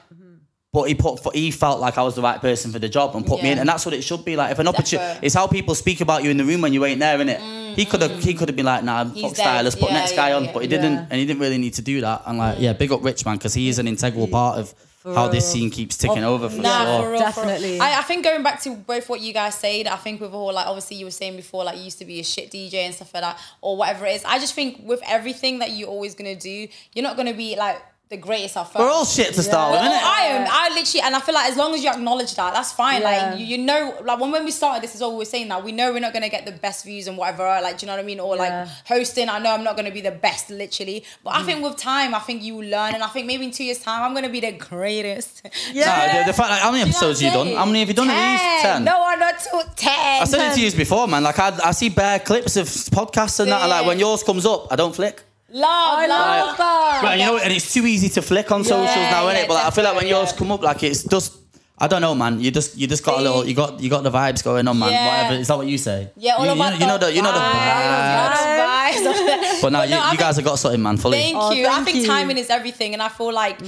C: But he put he felt like I was the right person for the job and put me in,
B: Yeah.
C: and that's what it should be like. If an opportunity,
B: Definitely. Mm,
C: it's how people speak about you in the room when you ain't there, innit? he could have he could have been like, nah, I'm
B: He's
C: fuck
B: there.
C: stylist, put
B: Yeah,
C: next guy
B: yeah,
C: on,
B: yeah. Mm.
C: but he didn't,
A: Yeah.
C: and he didn't really need to do that. And like, yeah, big up Rich man because he is an integral part of how this
A: real.
C: scene keeps ticking over for
B: Nah,
C: sure.
B: for real, For
A: Definitely.
B: real. I, I think going back to both what you guys said, I think with all like obviously you were saying before, like you used to be a shit DJ and stuff like that, or whatever it is. I just think with everything that you're always gonna do, you're not gonna be like the greatest at first.
C: We're all shit to start
B: Well,
C: with, innit?
B: Oh, I am. I literally, and I feel like as long as you acknowledge that, that's fine.
A: Yeah.
B: Like you, you know, like when, when we started, this is all we were saying. That we know we're not gonna get the best views and whatever. Like, do you know what I mean? Or
A: Yeah. Mm.
B: like hosting, I know I'm not gonna be the best, literally. But I think with time, I think you learn, and I think maybe in two years' time, I'm gonna be the greatest.
C: Nah, the, the fact, like, how many
B: Do you know what
C: episodes you
B: I'm
C: done?
B: saying?
C: How many have you done at least? Ten.
B: No, I'm not two. Ten.
C: I said it to you before, man. Like I, I see bare clips of podcasts and that. And, like when yours comes up, I don't flick.
B: Love,
A: I
B: love.
A: love that.
C: Right, you know, and it's too easy to flick on socials now, innit?
B: yeah,
C: but like, I feel like when
B: definitely,
C: yours
B: yeah.
C: come up, like it's just, I don't know, man. You just, you just got a little, you got, you got the vibes going on, man.
B: Yeah.
C: Whatever. Is that what you say?
B: Yeah, all
C: you,
B: about
C: you, you know the, you know the
B: vibes,
C: vibes.
B: you know the vibes. But
C: But now
B: no, I
C: you, you
B: think-
C: guys have got something, man. Fully.
B: Thank
A: Oh,
B: you. I
A: thank
B: think
A: you. Mm-hmm.
B: timing is everything, and I feel like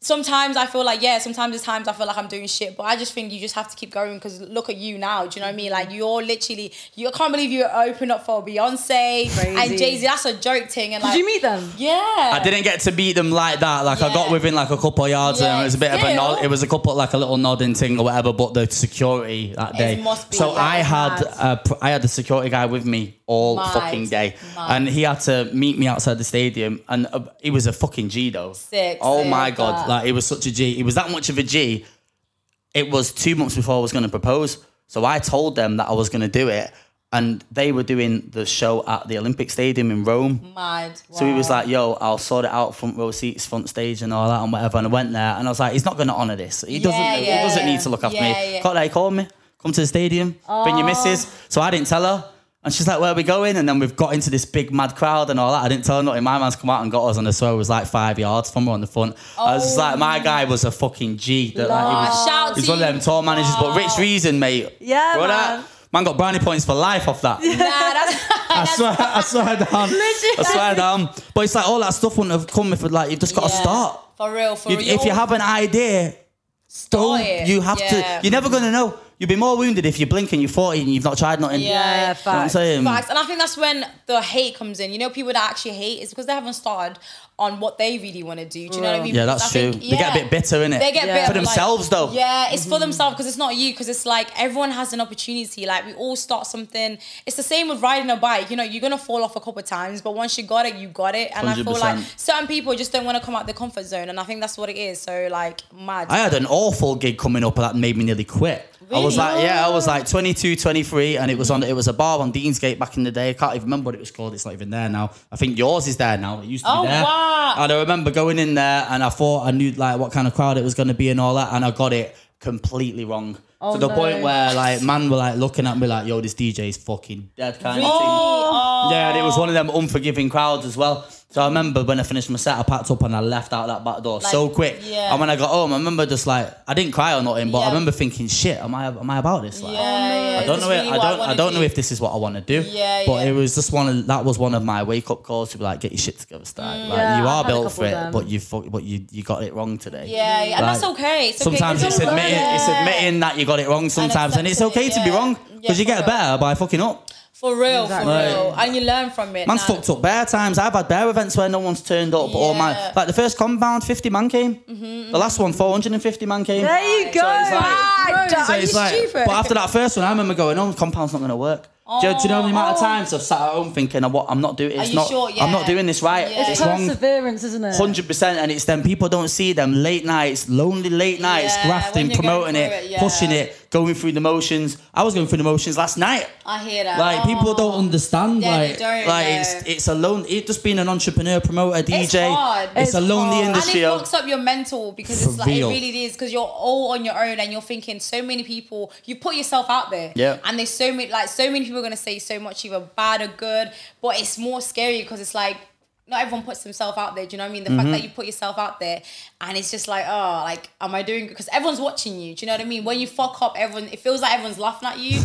B: sometimes I feel like yeah, sometimes there's times I feel like I'm doing shit, but I just think you just have to keep going because look at you now. Do you know what I mean? Like
A: Mm-hmm.
B: you're literally, you I can't believe you opened up for Beyonce
A: Crazy.
B: and Jay Z. That's a joke thing, and like
A: Did you meet them?
B: yeah,
C: I didn't get to beat them like that. Like I got
B: Yeah.
C: within like a couple of yards, and
B: Yeah,
C: it was a bit of a
B: still.
C: nod. It was a couple like a little nodding thing or whatever. But the security that day.
B: must be
C: so
B: like
C: I had
A: mad.
C: a pr- I had the security guy with me all
B: Mad,
C: fucking day,
B: mad.
C: and he had to meet me outside the stadium. And uh, he was a fucking G though.
B: Sick,
C: Oh
B: sick.
C: my god! Like he was such a G. He was that much of a G. It was two months before I was going to propose. So I told them that I was going to do it, and they were doing the show at the Olympic Stadium in Rome.
B: Oh, mad.
C: So he was
B: Wow.
C: like, "Yo, I'll sort it out, front row seats, front stage, and all that, and whatever." And I went there, and I was like, "He's not going to honour this. He doesn't.
B: Yeah,
C: he
B: yeah,
C: doesn't
B: yeah.
C: need to look after
B: Yeah,
C: me."
B: yeah. Oh.
C: Got there, he called me. Come to the stadium. Bring your missus. So I didn't tell her, and she's like, "Where are we going?" And then we've got into this big mad crowd and all that. I didn't tell her nothing. My man's come out and got us, and I swear it was like five yards from her on the front. I was just like,
B: Oh.
C: "My guy was a fucking G." That like, he
B: Ah,
C: was,
B: shout
C: he's
B: to
C: one of
B: you.
C: them tour managers, but Rich Reason, mate.
A: Yeah,
C: Bro, that-
A: man.
C: man got brownie points for life off that.
B: Nah, that's,
C: I swear, I swear down. I swear down. But it's like all that stuff wouldn't have come if like you've just got to
B: yeah.
C: start.
B: for real. For
C: You-
B: real.
C: if you have an idea,
B: start it.
C: you have
B: Yeah.
C: to. You're never gonna know. You'll be more wounded if you blink and you're 40 and you've not tried nothing.
B: Yeah,
A: Yeah,
C: You know what I'm
A: facts.
C: saying?
B: Facts. And I think that's when the hate comes in. You know, people that actually hate is because they haven't started on what they really want to do. Do you know what I mean?
C: Yeah,
B: Because
C: that's
B: I
C: true. They get a bit bitter, innit?
B: They get
A: Yeah.
B: bitter
A: For
B: like-
C: themselves, though. Mm-hmm.
B: Yeah, it's for themselves because it's not you. Because it's like everyone has an opportunity. Like we all start something. It's the same with riding a bike. You know, you're gonna fall off a couple of times, but once you got it, you got it. And I feel like
C: 100%.
B: certain people just don't want to come out their comfort zone, and I think that's what it is. So like mad.
C: I had an awful gig coming up that made me nearly quit. I was
B: Really?
C: like, yeah, I was like 22, 23, and it was on. It was a bar on Deansgate back in the day. I can't even remember what it was called. It's not even there now. I think yours is there now. It used to
B: Oh,
C: be there.
B: wow.
C: And I remember going in there, and I thought I knew like what kind of crowd it was going to be and all that, and I got it completely wrong.
B: Oh,
C: to the
A: no.
C: point where like man were like looking at me like, yo, this DJ's fucking dead kind of thing.
B: Oh,
C: Yeah, and it was one of them unforgiving crowds as well. So I remember when I finished my set, I packed up and I left out that back door so
B: Like,
C: quick.
B: yeah.
C: And when I got home, I remember just like I didn't cry or nothing, but I
B: Yeah.
C: remember thinking, "Shit, am I am I about this?" Like,
B: yeah, yeah.
C: I don't
B: It's
C: know. It,
B: really
C: I
B: what
C: don't. I,
B: wanna
C: don't know
B: do.
C: if this is what I want to do.
B: Yeah,
C: But
B: yeah.
C: it was just one. Of, that was one of my wake up calls to be like, "Get your shit together, style.
B: Mm.
C: like,
A: Yeah,
C: you
A: I've
C: are
A: had a
C: built
A: couple
C: for
A: of
C: it,
A: them.
C: but you fuck, but you you got it wrong today."
B: Yeah, yeah, and
C: Like,
B: that's okay. It's okay.
C: Sometimes it's
B: all
C: admitting
B: right.
C: it's admitting that you got it wrong sometimes, and, it's
B: accepting
C: okay
B: it,
C: to be
B: yeah.
C: wrong
B: Yeah,
C: because you
B: for
C: get
B: real.
C: better by fucking up.
B: For real,
A: Exactly.
B: for real. And you learn from it.
C: Man's
B: Nah.
C: fucked up bare times. I've had bare events where no one's turned up. Or my
B: Yeah. Mm-hmm.
C: like the first compound, fifty man came. The last one, four hundred and fifty man came.
A: There you go.
B: like-
A: Bro,
B: So
A: are
B: it's
A: you
B: like-
A: stupid?
C: But after that first one, I remember going, "Oh, compound's not going to work." Do, you, do you know the amount of times I've sat at home thinking, "I- "What? I'm not doing. It's
B: Oh. you
C: not.
B: sure?
C: I'm not
B: Yeah.
C: doing this right.
B: Yeah.
C: It's
B: It's
C: wrong."
A: Perseverance, isn't it?
C: Hundred percent, and it's them people don't see them late nights, lonely late nights,
B: Yeah,
C: grafting,
B: when you're
C: promoting
B: going
C: it,
B: through it, yeah.
C: pushing it, going through the motions. I was going through the motions last night.
B: I hear that.
C: Like people don't understand.
B: Oh. Yeah, they
C: like,
B: don't,
C: like
B: no.
C: it's it's a lone. It just being an entrepreneur, promoter, DJ.
B: hard.
C: It's, a
A: It's
C: lonely
A: hard. And
B: and it
C: industry. yo.
B: fucks up your mental because
C: For
B: it's like
C: real.
B: it really is because you're all on your own and you're thinking so many people you put yourself out there
C: Yeah.
B: and there's so many like so many people are gonna say so much either bad or good but it's more scary because it's like not everyone puts themselves out there do you know what I mean the fact that you put yourself out there and it's just like oh like am I doing because everyone's watching you do you know what I mean when you fuck up everyone it feels like everyone's laughing at you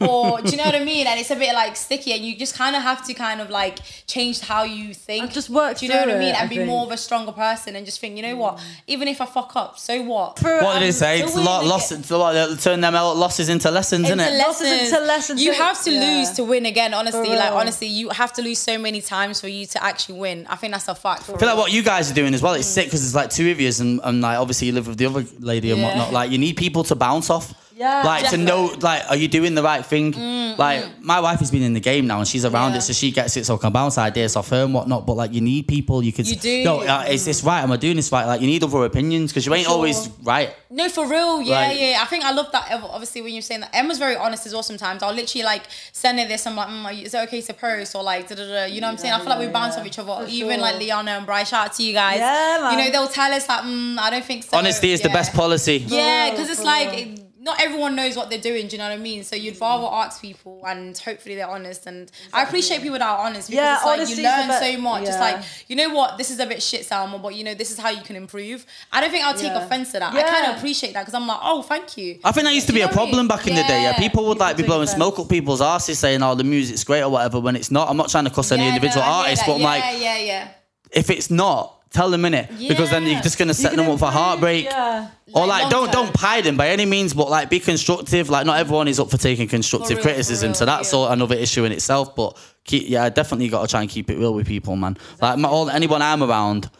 B: or do you know what I mean and it's a bit like sticky and you just kind of have to kind of like change how you think
A: And just work
B: do you know
A: through
B: what I mean
A: it, I
B: and be
A: think.
B: more of a stronger person and just think, you know what? Even if I fuck up, so what?
A: Mm. For,
C: what did
A: um,
C: it say?
B: so
C: It's
B: we
C: lot,
B: look
C: loss,
B: at-
C: it's a lot- they'll turn them out losses into lessons,
B: Into
C: isn't it?
A: Lessons into lessons,
B: You
A: so-
B: have to
A: yeah.
B: lose to win again. Honestly,
A: For real.
B: like honestly, you have to lose so many times for you to actually win. I think that's a fact. For
C: I feel like what you guys are doing as well. It's sick because it's like two of you, and, and like obviously you live with the other lady and
B: Yeah.
C: whatnot. Like you need people to bounce off.
A: Yeah.
C: Like to
B: Definitely. Mm,
C: know, like, are you doing the right thing? Like my wife has been in the game now, and she's around
B: Yeah.
C: it, so she gets it. So I can bounce ideas off her and whatnot. But like, you need people. You can.
B: You do.
C: No, uh, is this right? Am I doing this right? Like, you need other opinions because you ain't always
B: sure.
C: right.
B: No, for real. Yeah,
C: Like-
B: yeah. I think I love that. ob- Obviously, when you're saying that, Emma's very honest as well. Sometimes I'll literally like send her this. I'm like, mm, are you- is it okay to post or like, da, da, da. you know what I'm saying? I feel like we bounce off each other.
A: For
B: Even
A: sure.
B: like Liana and Bryce. Shout out to you guys.
A: Yeah, man.
B: You know they'll tell us like, mm, I don't think so.
C: Honesty is the
B: Yeah.
C: best policy.
B: Yeah,
A: real,
B: because it's
A: for
B: like
A: real. Mm.
B: it- not everyone knows what they're doing. Do you know what I mean? So you'd rather ask people, and hopefully they're honest. And I appreciate people that are honest because
A: Yeah,
B: it's like
A: honesty
B: you
A: is a
B: learn
A: bit-
B: so much. It's
A: yeah.
B: like you know what, this is a bit shit, Salma, but you know this is how you can improve. I don't think I'll take
A: Yeah.
B: offense to that. I
A: Yeah.
B: kind of appreciate that because I'm like, oh, thank you.
C: I think that used to
B: Do
C: be
B: you know
C: a
B: what I
C: problem
B: mean?
C: back in the day. Yeah,
B: Yeah.
C: people would like be
A: People
C: blowing
A: take
C: smoke up people's asses, saying, "Oh, the music's great" or whatever, when it's not. I'm not trying to cuss any
B: Yeah, no,
C: individual
B: I hear
C: artist,
B: that.
C: but I'm
B: yeah,
C: like,
B: yeah, yeah.
C: if it's not, tell them in it because then you're
B: Yeah.
C: just gonna set
A: can
C: them up for
A: improve,
C: heartbreak.
A: yeah.
C: Or
B: Like,
C: like, don't
B: long-term.
C: don't pie them by any means, but like be constructive. Like not everyone is up for taking constructive
B: real, for
C: criticism,
B: real,
C: so that's
B: yeah.
C: all another issue in itself. But keep, yeah, definitely got to try and keep it real with people, man. Like my, all, anyone I'm around,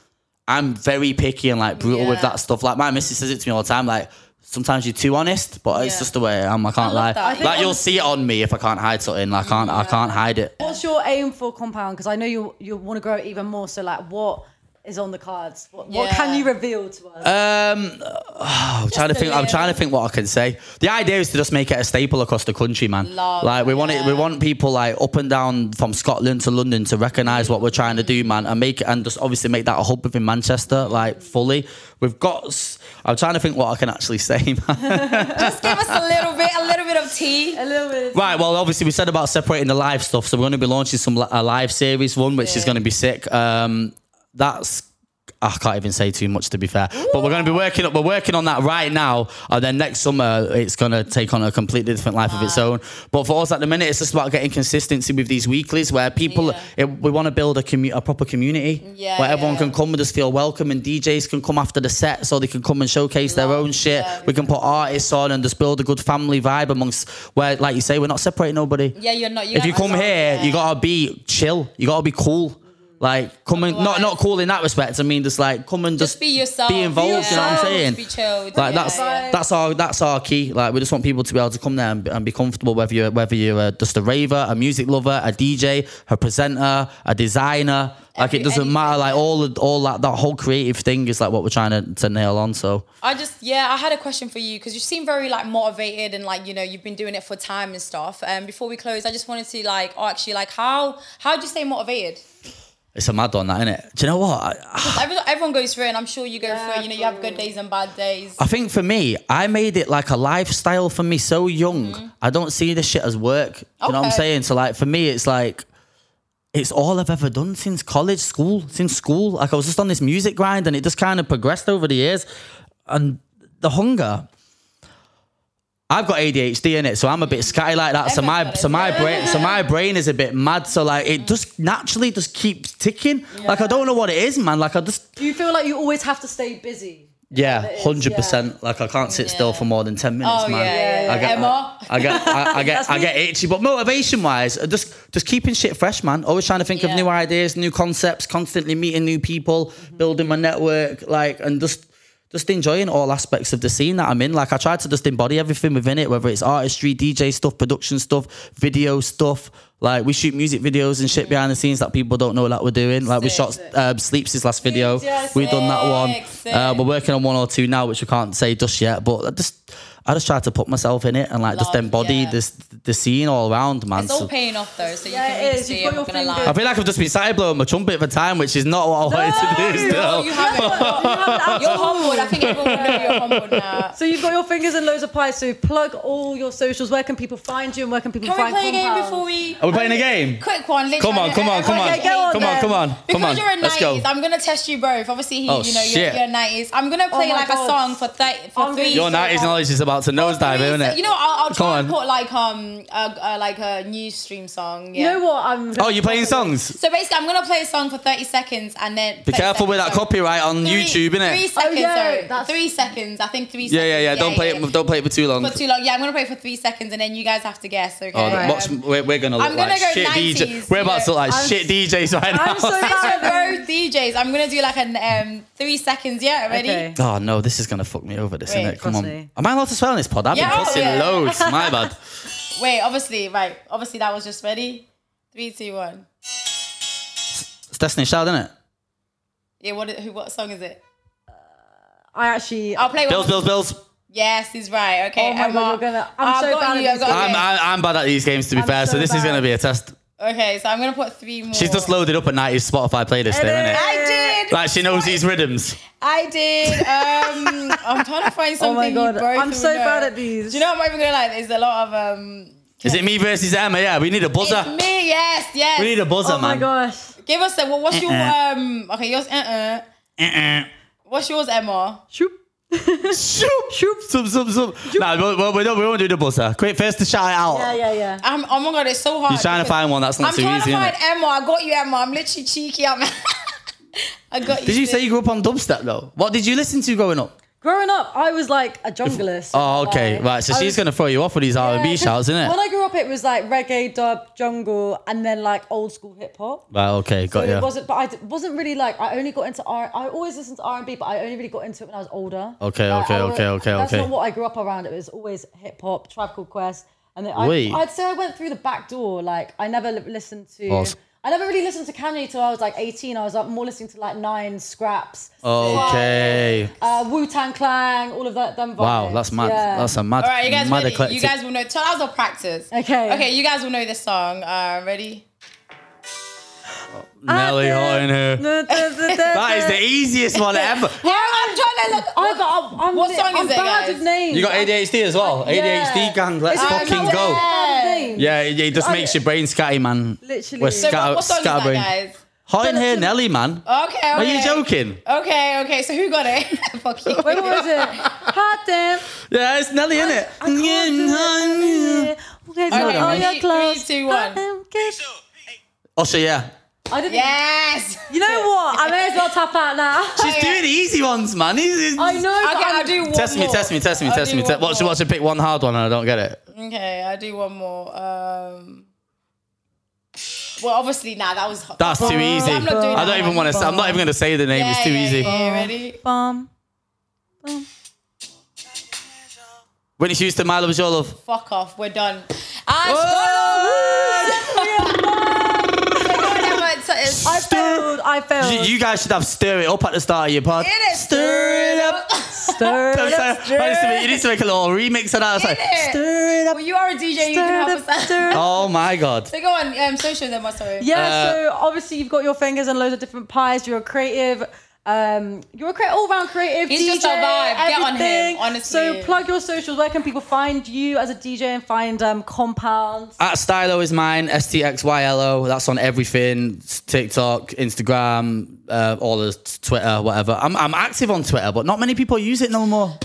C: I'm very picky and like brutal with
B: Yeah.
C: that stuff. Like my missus says it to me all the time. Like sometimes you're too honest, but it's
B: Yeah.
C: just the way I am. I can't
B: love
C: lie.
B: that. I
C: Like
B: think
C: you'll see it on me if I can't hide something. Like I can't I can't hide it.
A: What's your aim for compound? Because I know you you want to grow it even more. So like, what is on the cards? What, what
B: Yeah.
A: can you reveal to us?
C: Um, I'm trying to
B: a
C: think. I'm
B: little.
C: trying to think what I can say. The idea is to just make it a staple across the country, man.
B: Love,
C: like we want it. We
B: yeah.
C: want people like up and down from Scotland to London to recognise what we're trying to do, man, and make and just obviously make that a hub within Manchester, like fully. We've got. s- I'm trying to think what I can actually say, man.
B: Just give us a little bit, a little bit of tea.
A: a little bit. Of
C: right. Well, obviously we said about separating the live stuff, so we're going to be launching some li- a live series one, which is
B: Yeah.
C: going to be sick. Um, that's I can't even say too much to be fair. But we're going to be working up. We're working on that right now, and then next summer it's going to take on a completely different life of its own. But for us at the minute, it's just about getting consistency with these weeklies where people
B: Yeah.
C: it, we want to build a commu- a proper community
B: Yeah,
C: where everyone
B: yeah.
C: can come and just feel welcome, and DJs can come after the set so they can come and showcase their
B: Love,
C: own shit.
B: yeah,
C: we can put artists on and just build a good family vibe amongst where, like you say, we're not separating nobody
B: Yeah, you're not.
C: if you
B: guys
C: come
B: are-
C: here,
B: yeah.
C: you gotta be chill. You gotta be cool. Like come and not
B: Otherwise-
C: not cool in that respect. I mean, just like come and just,
B: Just be yourself.
C: Be involved.
A: Be
C: You know what I'm
A: yourself.
C: saying?
B: Just be chilled.
C: Like
B: Yeah,
C: that's
B: yeah.
C: that's our that's our key. Like we just want people to be able to come there and, be- and be comfortable. Whether you are whether you're uh, just a raver, a music lover, a DJ, a presenter, a designer. Like it
B: Every-
C: doesn't
B: anything,
C: matter. Like all of- all that that whole creative thing is like what we're trying to, to nail on. So
B: I just yeah, I had a question for you because you seem very like motivated and like you know you've been doing it for time and stuff. And um, before we close, I just wanted to like ask you like how how do you stay motivated?
C: it's a mad one, that innit? Do you know what? I-
B: 'Cause every, everyone goes through, it, and I'm sure you go
A: Yeah,
B: through. it. You know, you have
A: for
B: good
A: real.
B: days and bad days.
C: I think for me, I made it like a lifestyle for me so young. I don't see this shit as work. You know what I'm
B: Mm. Okay.
C: saying? So like for me, it's like it's all I've ever done since college, school, since school. Like I was just on this music grind and it just kind of progressed over the years. And the hunger. I've got ADHD in it, so I'm a bit scatty like that. So my
B: Everyone's
C: so
B: got
C: my
B: it. Mm.
C: brain so my brain is a bit mad. So like it just naturally just keeps ticking. Like I don't know what it is, man. Like I just
A: Do you feel like you always have to stay busy?
C: yeah,
A: It is,
C: hundred percent. Like I can't sit still
B: Yeah.
C: for more than ten minutes,
B: Oh,
C: man.
B: yeah, yeah,
A: yeah.
C: I get,
B: Emma.
C: I, I get, I, I get, I get itchy. But motivation wise, just just keeping shit fresh, man. Always trying to think
B: Yeah. Mm-hmm.
C: of new ideas, new concepts, constantly meeting new people, building my network, like, and just. Just enjoying all aspects of the scene that I'm in. Like I try to just embody everything within it, whether it's artistry, DJ stuff, production stuff, video stuff. Like we shoot music videos
B: Mm-hmm.
C: and shit behind the scenes that people don't know that we're doing. Like we
B: Sick.
C: shot um, Sleeps' his last video.
A: Yes,
C: We've done that one.
B: sick, sick.
C: Uh, we're working on one or two now, which we can't say just yet. But I just, I just tried to put myself in it and like just
B: Love,
C: embody
B: yeah.
C: this the scene all around, man.
B: It's all
C: So-
B: paying off though, so
A: Yeah,
B: you can
A: it
B: really
A: is.
B: see.
A: You've
B: I'm not
A: got
B: gonna
A: your
B: lie.
C: I feel like I've just been side blowing my trumpet for time, which is not what I wanted to do.
A: No,
C: Still,
B: You haven't. You're humbled. I think everyone will know you're humbled now.
A: So you've got your fingers in loads of pies. So plug all your socials. Where can people find you, and where can people
B: Can we
A: find
B: play a game
A: Compound?
B: before we?
C: are we playing a game?
B: Quick one. literally.
C: Come on, come on, come on,
A: Okay, go on
C: come on,
A: then.
C: come on, come on.
B: Because you're a
C: Let's
B: 90s,
C: go.
B: I'm gonna test you both. Obviously, he,
C: Oh,
B: you know,
C: shit.
B: you're, you're 90s. I'm gonna play
A: Oh my
B: like
A: God.
B: a song for thirty for
A: I'm
B: three.
A: gonna-
C: Your 90s knowledge is about to nosedive, isn't it?
B: You know, I'll, I'll
C: Come
B: try
C: on.
B: and put like um a, a like a new stream song.
A: You
B: Yeah.
A: know what? I'm.
C: oh, you're playing songs.
B: So basically, I'm gonna play a song for 30 seconds and then.
C: Be careful with that copyright on YouTube,
B: Three
C: innit?
B: seconds,
A: Oh, yeah,
B: sorry.
A: that's-
B: Three seconds. I think three.
C: Yeah,
B: seconds.
C: yeah, yeah. Don't play it. Don't play it for too long.
B: for too long. Yeah, I'm gonna play it for three seconds and then you guys have to guess. Okay.
C: Oh, watch, we're, we're gonna look
B: I'm gonna
C: like
B: go
C: shit
B: 90s,
C: DJs. We're about to look like
A: I'm-
C: shit DJs right now.
A: I'm so
B: Since
A: bad.
B: we're both DJs, I'm gonna do like an um three seconds. Yeah, ready?
A: Okay.
C: Oh no, this is gonna fuck me over. This
B: Wait,
C: innit? Come
A: trust
C: on.
A: me.
C: Am I allowed to swear on this pod? I've
B: Yeah, oh,
C: been cussing
B: yeah.
C: loads. My bad.
B: Wait, obviously, right? Obviously, that was just ready. Three, two, one.
C: It's Destiny's Child, isn't it?
B: Yeah, what? Who? What song is it?
A: I actually.
B: I'll play. one
C: Bills,
B: more-
C: bills, bills.
B: Yes, he's right. Okay.
A: Oh my God,
B: Emma.
A: you're gonna- I'm
B: I've
A: so
B: got
A: bad at
B: you, I've
A: these
B: got
C: I'm,
B: you.
C: I, I'm bad at these games to be
A: I'm
C: fair, so,
A: so
C: this is
A: bad.
C: gonna be a test.
B: Okay, so I'm gonna put three more.
C: She's just loaded up a 90s Spotify playlist,
A: It
C: there, isn't it?
B: I did.
C: Like she knows these rhythms.
B: I did. Um, I'm trying to find
A: Oh
B: something.
A: my god.
B: You both
A: I'm
B: would
A: so
B: know.
A: bad at these.
B: Do you know? I'm not even gonna lie. There's a lot of um.
C: Is it me versus Emma? Yeah, we need a
B: It's
C: buzzer.
B: me. Yes. Yes.
C: We need a buzzer,
A: Oh my
C: man.
A: gosh.
B: Give us a. Well, what's your
C: Uh-uh.
B: um? Okay, yours. Uh. uh
C: Uh-uh.
B: What's yours, Emma?
A: Shoop.
C: Shoop, shoop, zoom, zoom, zoom. Nah, we, we, we, don't, we won't do the buzzer. Quick, first to shout it out.
A: Yeah, yeah, yeah.
B: I'm, oh my god, it's so hard.
C: You're trying to
B: because-
C: find one that's not
B: I'm
C: too
B: trying
C: easy,
B: to
C: innit?
B: find Emma. I got you, Emma. I'm literally cheeky. I'm. I got you.
C: Did you
B: sis.
C: say you grew up on dubstep though? What did you listen to growing up?
A: Growing up, I was like a junglist.
C: Oh, okay, right. So
A: I
C: she's
A: was-
C: gonna throw you off with these
A: Yeah,
C: R&B
A: 'cause
C: shouts, isn't
A: When
C: it?
A: I grew up, it was like reggae, dub, jungle, and then like old school hip hop.
C: Right, okay, got
A: But
C: you.
A: it wasn't. But I d- wasn't really like. I only got into R. I always listened to R and B, but I only really got into it when I was older.
C: Okay,
A: Like,
C: okay,
A: I wa-
C: okay, okay,
A: That's
C: okay.
A: not what I grew up around. It was always hip hop, Tribe Called Quest, and then I,
C: Wait.
A: I'd say I went through the back door. Like I never li- listened to.
C: Pause.
A: I never really listened to Kanye till I was like 18. I was like more listening to like Nine Scraps,
C: Oh. Okay.
A: uh, Wu Tang Clan, all of that. Them
C: Wow,
A: vibes.
C: that's mad.
A: Yeah.
C: That's a mad,
B: All right, you guys
C: mad
B: ready?
C: eclectic.
B: You guys will know. Tell us our practice.
A: Okay.
B: Okay, you guys will know this song. Uh, ready?
C: Nelly
A: Ah,
C: hot in here. That is the easiest one ever.
B: Well, I'm trying to look.
A: I got. I'm, I'm
B: What
A: li-
B: song
A: I'm
B: is it,
A: bad
B: guys?
A: with names.
C: You got
A: I'm
C: ADHD as well.
A: Yeah.
C: ADHD gang, let's
A: It's-
B: I'm
C: fucking
A: not
C: go.
A: bad with names.
C: Yeah, it, it just
A: I-
C: makes your brain scatty, man.
A: Literally.
C: We're
A: So
B: so
C: scatter,
B: what, what song is that,
C: scatterbrain.
B: guys?
C: Hot in here, Nelly, man.
B: Okay, okay.
C: Are you joking?
B: Okay, okay. So who got it? Fuck you.
A: Wait, what was it? Hot damn.
C: Yeah, it's Nelly, in it?
A: I can't do it. Okay, so
B: Okay,
A: all
B: ready?
A: your clothes.
B: Three, two, one.
C: Usher, Oh, yeah.
A: I didn't.
B: Yes.
A: You know what? I may as well tap out now.
B: Oh,
C: She's doing the easy ones, man. He's- he's-
A: I know. but
B: Okay,
A: I'm-
B: I'll do one
C: Test me,
B: more.
C: test me, test me,
B: I'll
C: test
B: do
C: me. Te-
B: one
C: watch,
B: more.
C: watch her pick one hard one and I don't get it.
B: Okay, I'll do one more. Um, well, obviously, nah, that was hot.
C: That's too easy.
B: I'm not doing
C: I
B: that
C: don't even
B: one.
C: want to. I'm not even going to say the name.
B: Yeah,
C: it's too
B: yeah,
C: easy.
B: yeah, yeah, ready?
A: Bum.
C: Whitney Houston, my love is your love.
B: Fuck off. We're done. Ah, I
A: I
C: Stir-
A: failed. I failed.
C: You, you guys should have stir it up at the start of your pod.
B: Get it,
C: stir it up.
A: Stir it up.
C: Don't say- I used to make- You need to make a little remix of that. It's like,
B: Get it.
C: stir it up.
B: Well, Oh, you are a DJ. You can
A: Stir
B: help
A: it up.
B: us out.
A: Stir it up.
C: Oh my god.
B: So go on. Um, social them. I'm sorry.
A: Yeah.
C: Uh,
A: so obviously you've got your fingers on loads of different pies. You're a creative. Um, you're a cre- all-round creative.
B: He's
A: DJ,
B: just a vibe. Get on him,
A: everything.
B: honestly.
A: So plug your socials. Where can people find you as a DJ and find um, compounds?
C: At Stylo is mine, S T X Y L O. That's on everything TikTok, Instagram, uh, all the Twitter, whatever. I'm, I'm active on Twitter, but not many people use it no more.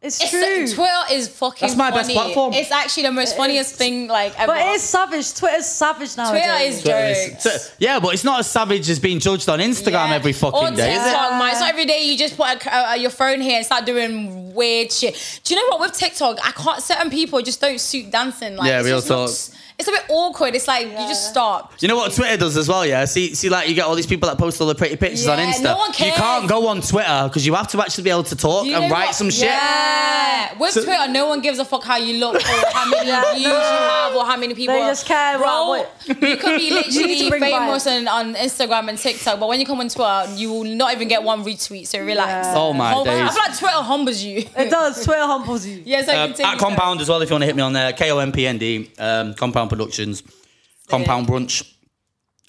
A: It's,
B: It's,
A: true.
B: Twitter is fucking.
C: That's my best
B: funny.
C: platform.
B: It's actually the most funniest thing like ever.
A: but it's savage. Twitter's savage nowadays.
B: Twitter is
C: Twitter is-
B: jokes.
C: so- yeah, but it's not as savage as being judged on Instagram
B: Yeah.
C: every
B: or
C: fucking day, is it?
B: TikTok, man. It's not every day you just put a, uh, your phone here and start doing weird shit. Do you know what? With TikTok, I can't. Certain people just don't suit dancing. Like,
C: Yeah,
B: it's
C: real
B: just
C: talk.
B: looks- it's a bit awkward. It's like you just stop.
C: You know what Twitter does as well, yeah. See, see, like you get all these people that post all the pretty pictures on
B: Yeah,
C: Insta.
B: no one
C: You
B: cares.
C: can't go on Twitter because you have to actually be able to talk
B: You
C: and
B: know
C: write
B: what?
C: some shit.
B: Yeah. With
C: So-
B: Twitter, no one gives a fuck how you look or how many views you have or how many people.
A: They just care
B: Bro,
A: about what-
B: you could be
A: need to
B: literally
A: bring
B: famous on, on Instagram and TikTok, but when you come on Twitter, you will not even get one retweet. So relax.
A: Yeah.
C: Oh my
B: Hum- I
C: days.
B: feel like Twitter humbles you.
A: It does. Twitter humbles you.
B: Yeah, so
C: Um,
B: continue.
C: at Compound as well, if you want to hit me on there, K O M P N D, um, Compound Productions, Compound Brunch,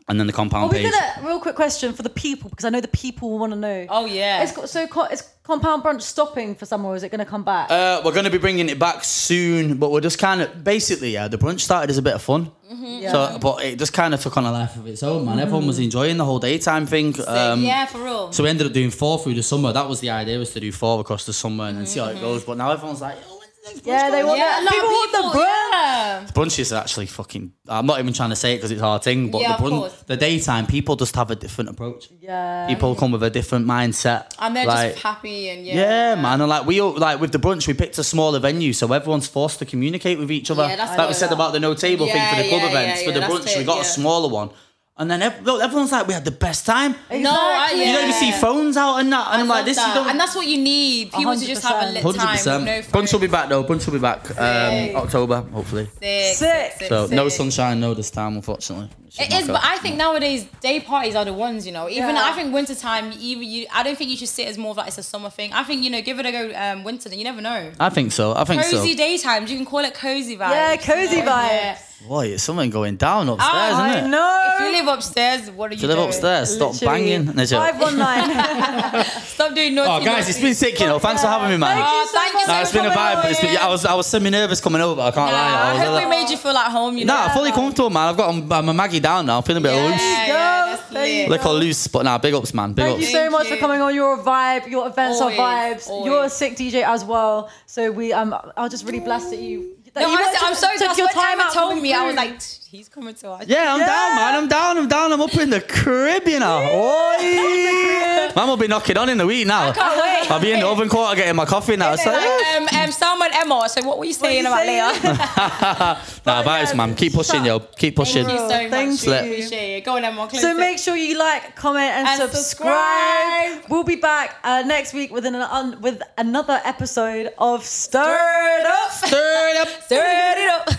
C: and then the Compound
A: Are we
C: page.
A: gonna real quick question for the people because I know the people want to know.
B: Oh, yeah.
A: It's, got- so co- is compound brunch stopping for summer or is it gonna come back?
C: Uh, we're going to be bringing it back soon, but we're just kind of basically, yeah, the brunch started as a bit of fun.
B: Mm-hmm.
A: yeah.
C: So, but it just kind of took on a life of its own, man. Everyone was enjoying the whole daytime thing. Um,
B: yeah, for real.
C: So we ended up doing four through the summer. That was the idea was to do four across the summer and then see how
B: Mm-hmm.
C: it goes. But now everyone's like, oh, when's the next brunch
A: yeah, they want
C: going on?"
B: yeah,
A: that.
B: a lot
A: people,
B: of
A: want the
B: people.
A: brunch.
B: Yeah.
C: Brunches are actually fucking. I'm not even trying to say it because it's our thing, but
B: Yeah,
C: the
B: of
C: brunch,
B: course.
C: the daytime people just have a different approach.
A: Yeah.
C: People come with a different mindset,
B: And they're
C: like,
B: just happy and yeah.
C: Yeah, man. And like we all like with the brunch, we picked a smaller venue, so everyone's forced to communicate with each other.
B: Yeah, that's
C: like we
B: what-
C: said about the no table
B: Yeah,
C: thing for the club
B: yeah, yeah,
C: events.
B: yeah,
C: for the
B: that's
C: brunch, we
B: it,
C: got a
B: yeah.
C: smaller one, and then ev- look, everyone's like, we had the best time.
B: No, I-
A: Exactly.
C: You don't even see
B: Yeah.
C: phones out and that. And I am like,
B: Love
C: this you
B: that.
C: don't.
B: and that's what you need. People to just have a lit
A: 100%.
B: time. with
C: 100%.
B: No
C: Brunch will be
B: phones.
C: back though. Brunch will be back um,
B: Sick.
C: October, hopefully.
B: sick.
A: Sick.
C: So no
B: sick.
C: sunshine, no this time, unfortunately. which
B: It
C: not
B: is,
C: good.
B: but I think nowadays day parties are the ones, you know. Even
A: Yeah.
B: I think wintertime, even you, I don't think you should see it as more of like it's a summer thing. I think you know, give it a go. Um, winter, you never know.
C: I think so. I think
B: Cozy
C: so.
B: daytimes, you can call it cozy vibes.
A: Yeah, cozy
B: you know?
A: vibes.
B: Yeah.
C: Boy, it's something going down upstairs,
B: Oh,
C: isn't
A: I
C: it?
A: know.
B: If you live upstairs, what are you?
C: To live
B: doing?
C: upstairs, stop banging. No, joke.
A: Five one nine.
B: Stop doing naughty.
C: Oh, guys, it's
B: naughty.
C: been sick, you know. Thanks for having me, man.
B: Oh, thank you so
C: Nah, it's been a vibe. But it's been, yeah, I was I was semi nervous coming over. I can't
B: Nah,
C: lie. I
B: I
C: was
B: hope
C: like-
B: we made you feel at home. You know.
C: nah, fully comfortable, man. I've got I'm, I'm a Maggie down now. I'm feeling a bit loose,
B: Yeah, yeah, that's
A: There you
B: lit.
A: go.
C: little loose, but nah, big ups, man. Big
A: Thank you
C: ups.
A: so
B: Thank
A: much for
B: you.
A: coming on. You're a vibe. Your events
B: Always,
A: are vibes.
B: always.
A: You're a sick DJ as well. well. So we um, I was just really blessed that you. That
B: No,
A: you
B: honestly,
A: actually
B: I'm so
A: took
B: glad
A: your
B: when
A: time
B: Emma
A: out.
B: told
A: for
B: me, I
A: the
B: was
A: crew.
B: like, he's coming to us.
C: Yeah, I'm down,
A: Yeah.
C: man. I'm down. I'm down. I'm up in the Caribbean now. Oi. Mum will be knocking on in the week now.
B: Can't wait.
C: I'll be in the oven quarter getting my coffee now. It's
B: They're
C: like, eh.
B: like, um, um, Salma and Emma. So what were you saying
A: you
B: about
A: saying?
B: Leah?
C: Nah,
A: yeah,
C: vibes, man. Keep pushing, yo. Keep pushing.
B: Thank you so much.
A: Thank
B: We
C: you.
B: appreciate it. Go on, Emma. Close
A: So
B: it.
A: make sure you like, comment, and,
B: And
A: subscribe.
B: subscribe.
A: We'll be back uh, next week with an un- with another episode of Stir It Up.
C: Stir it up.
B: stir it up.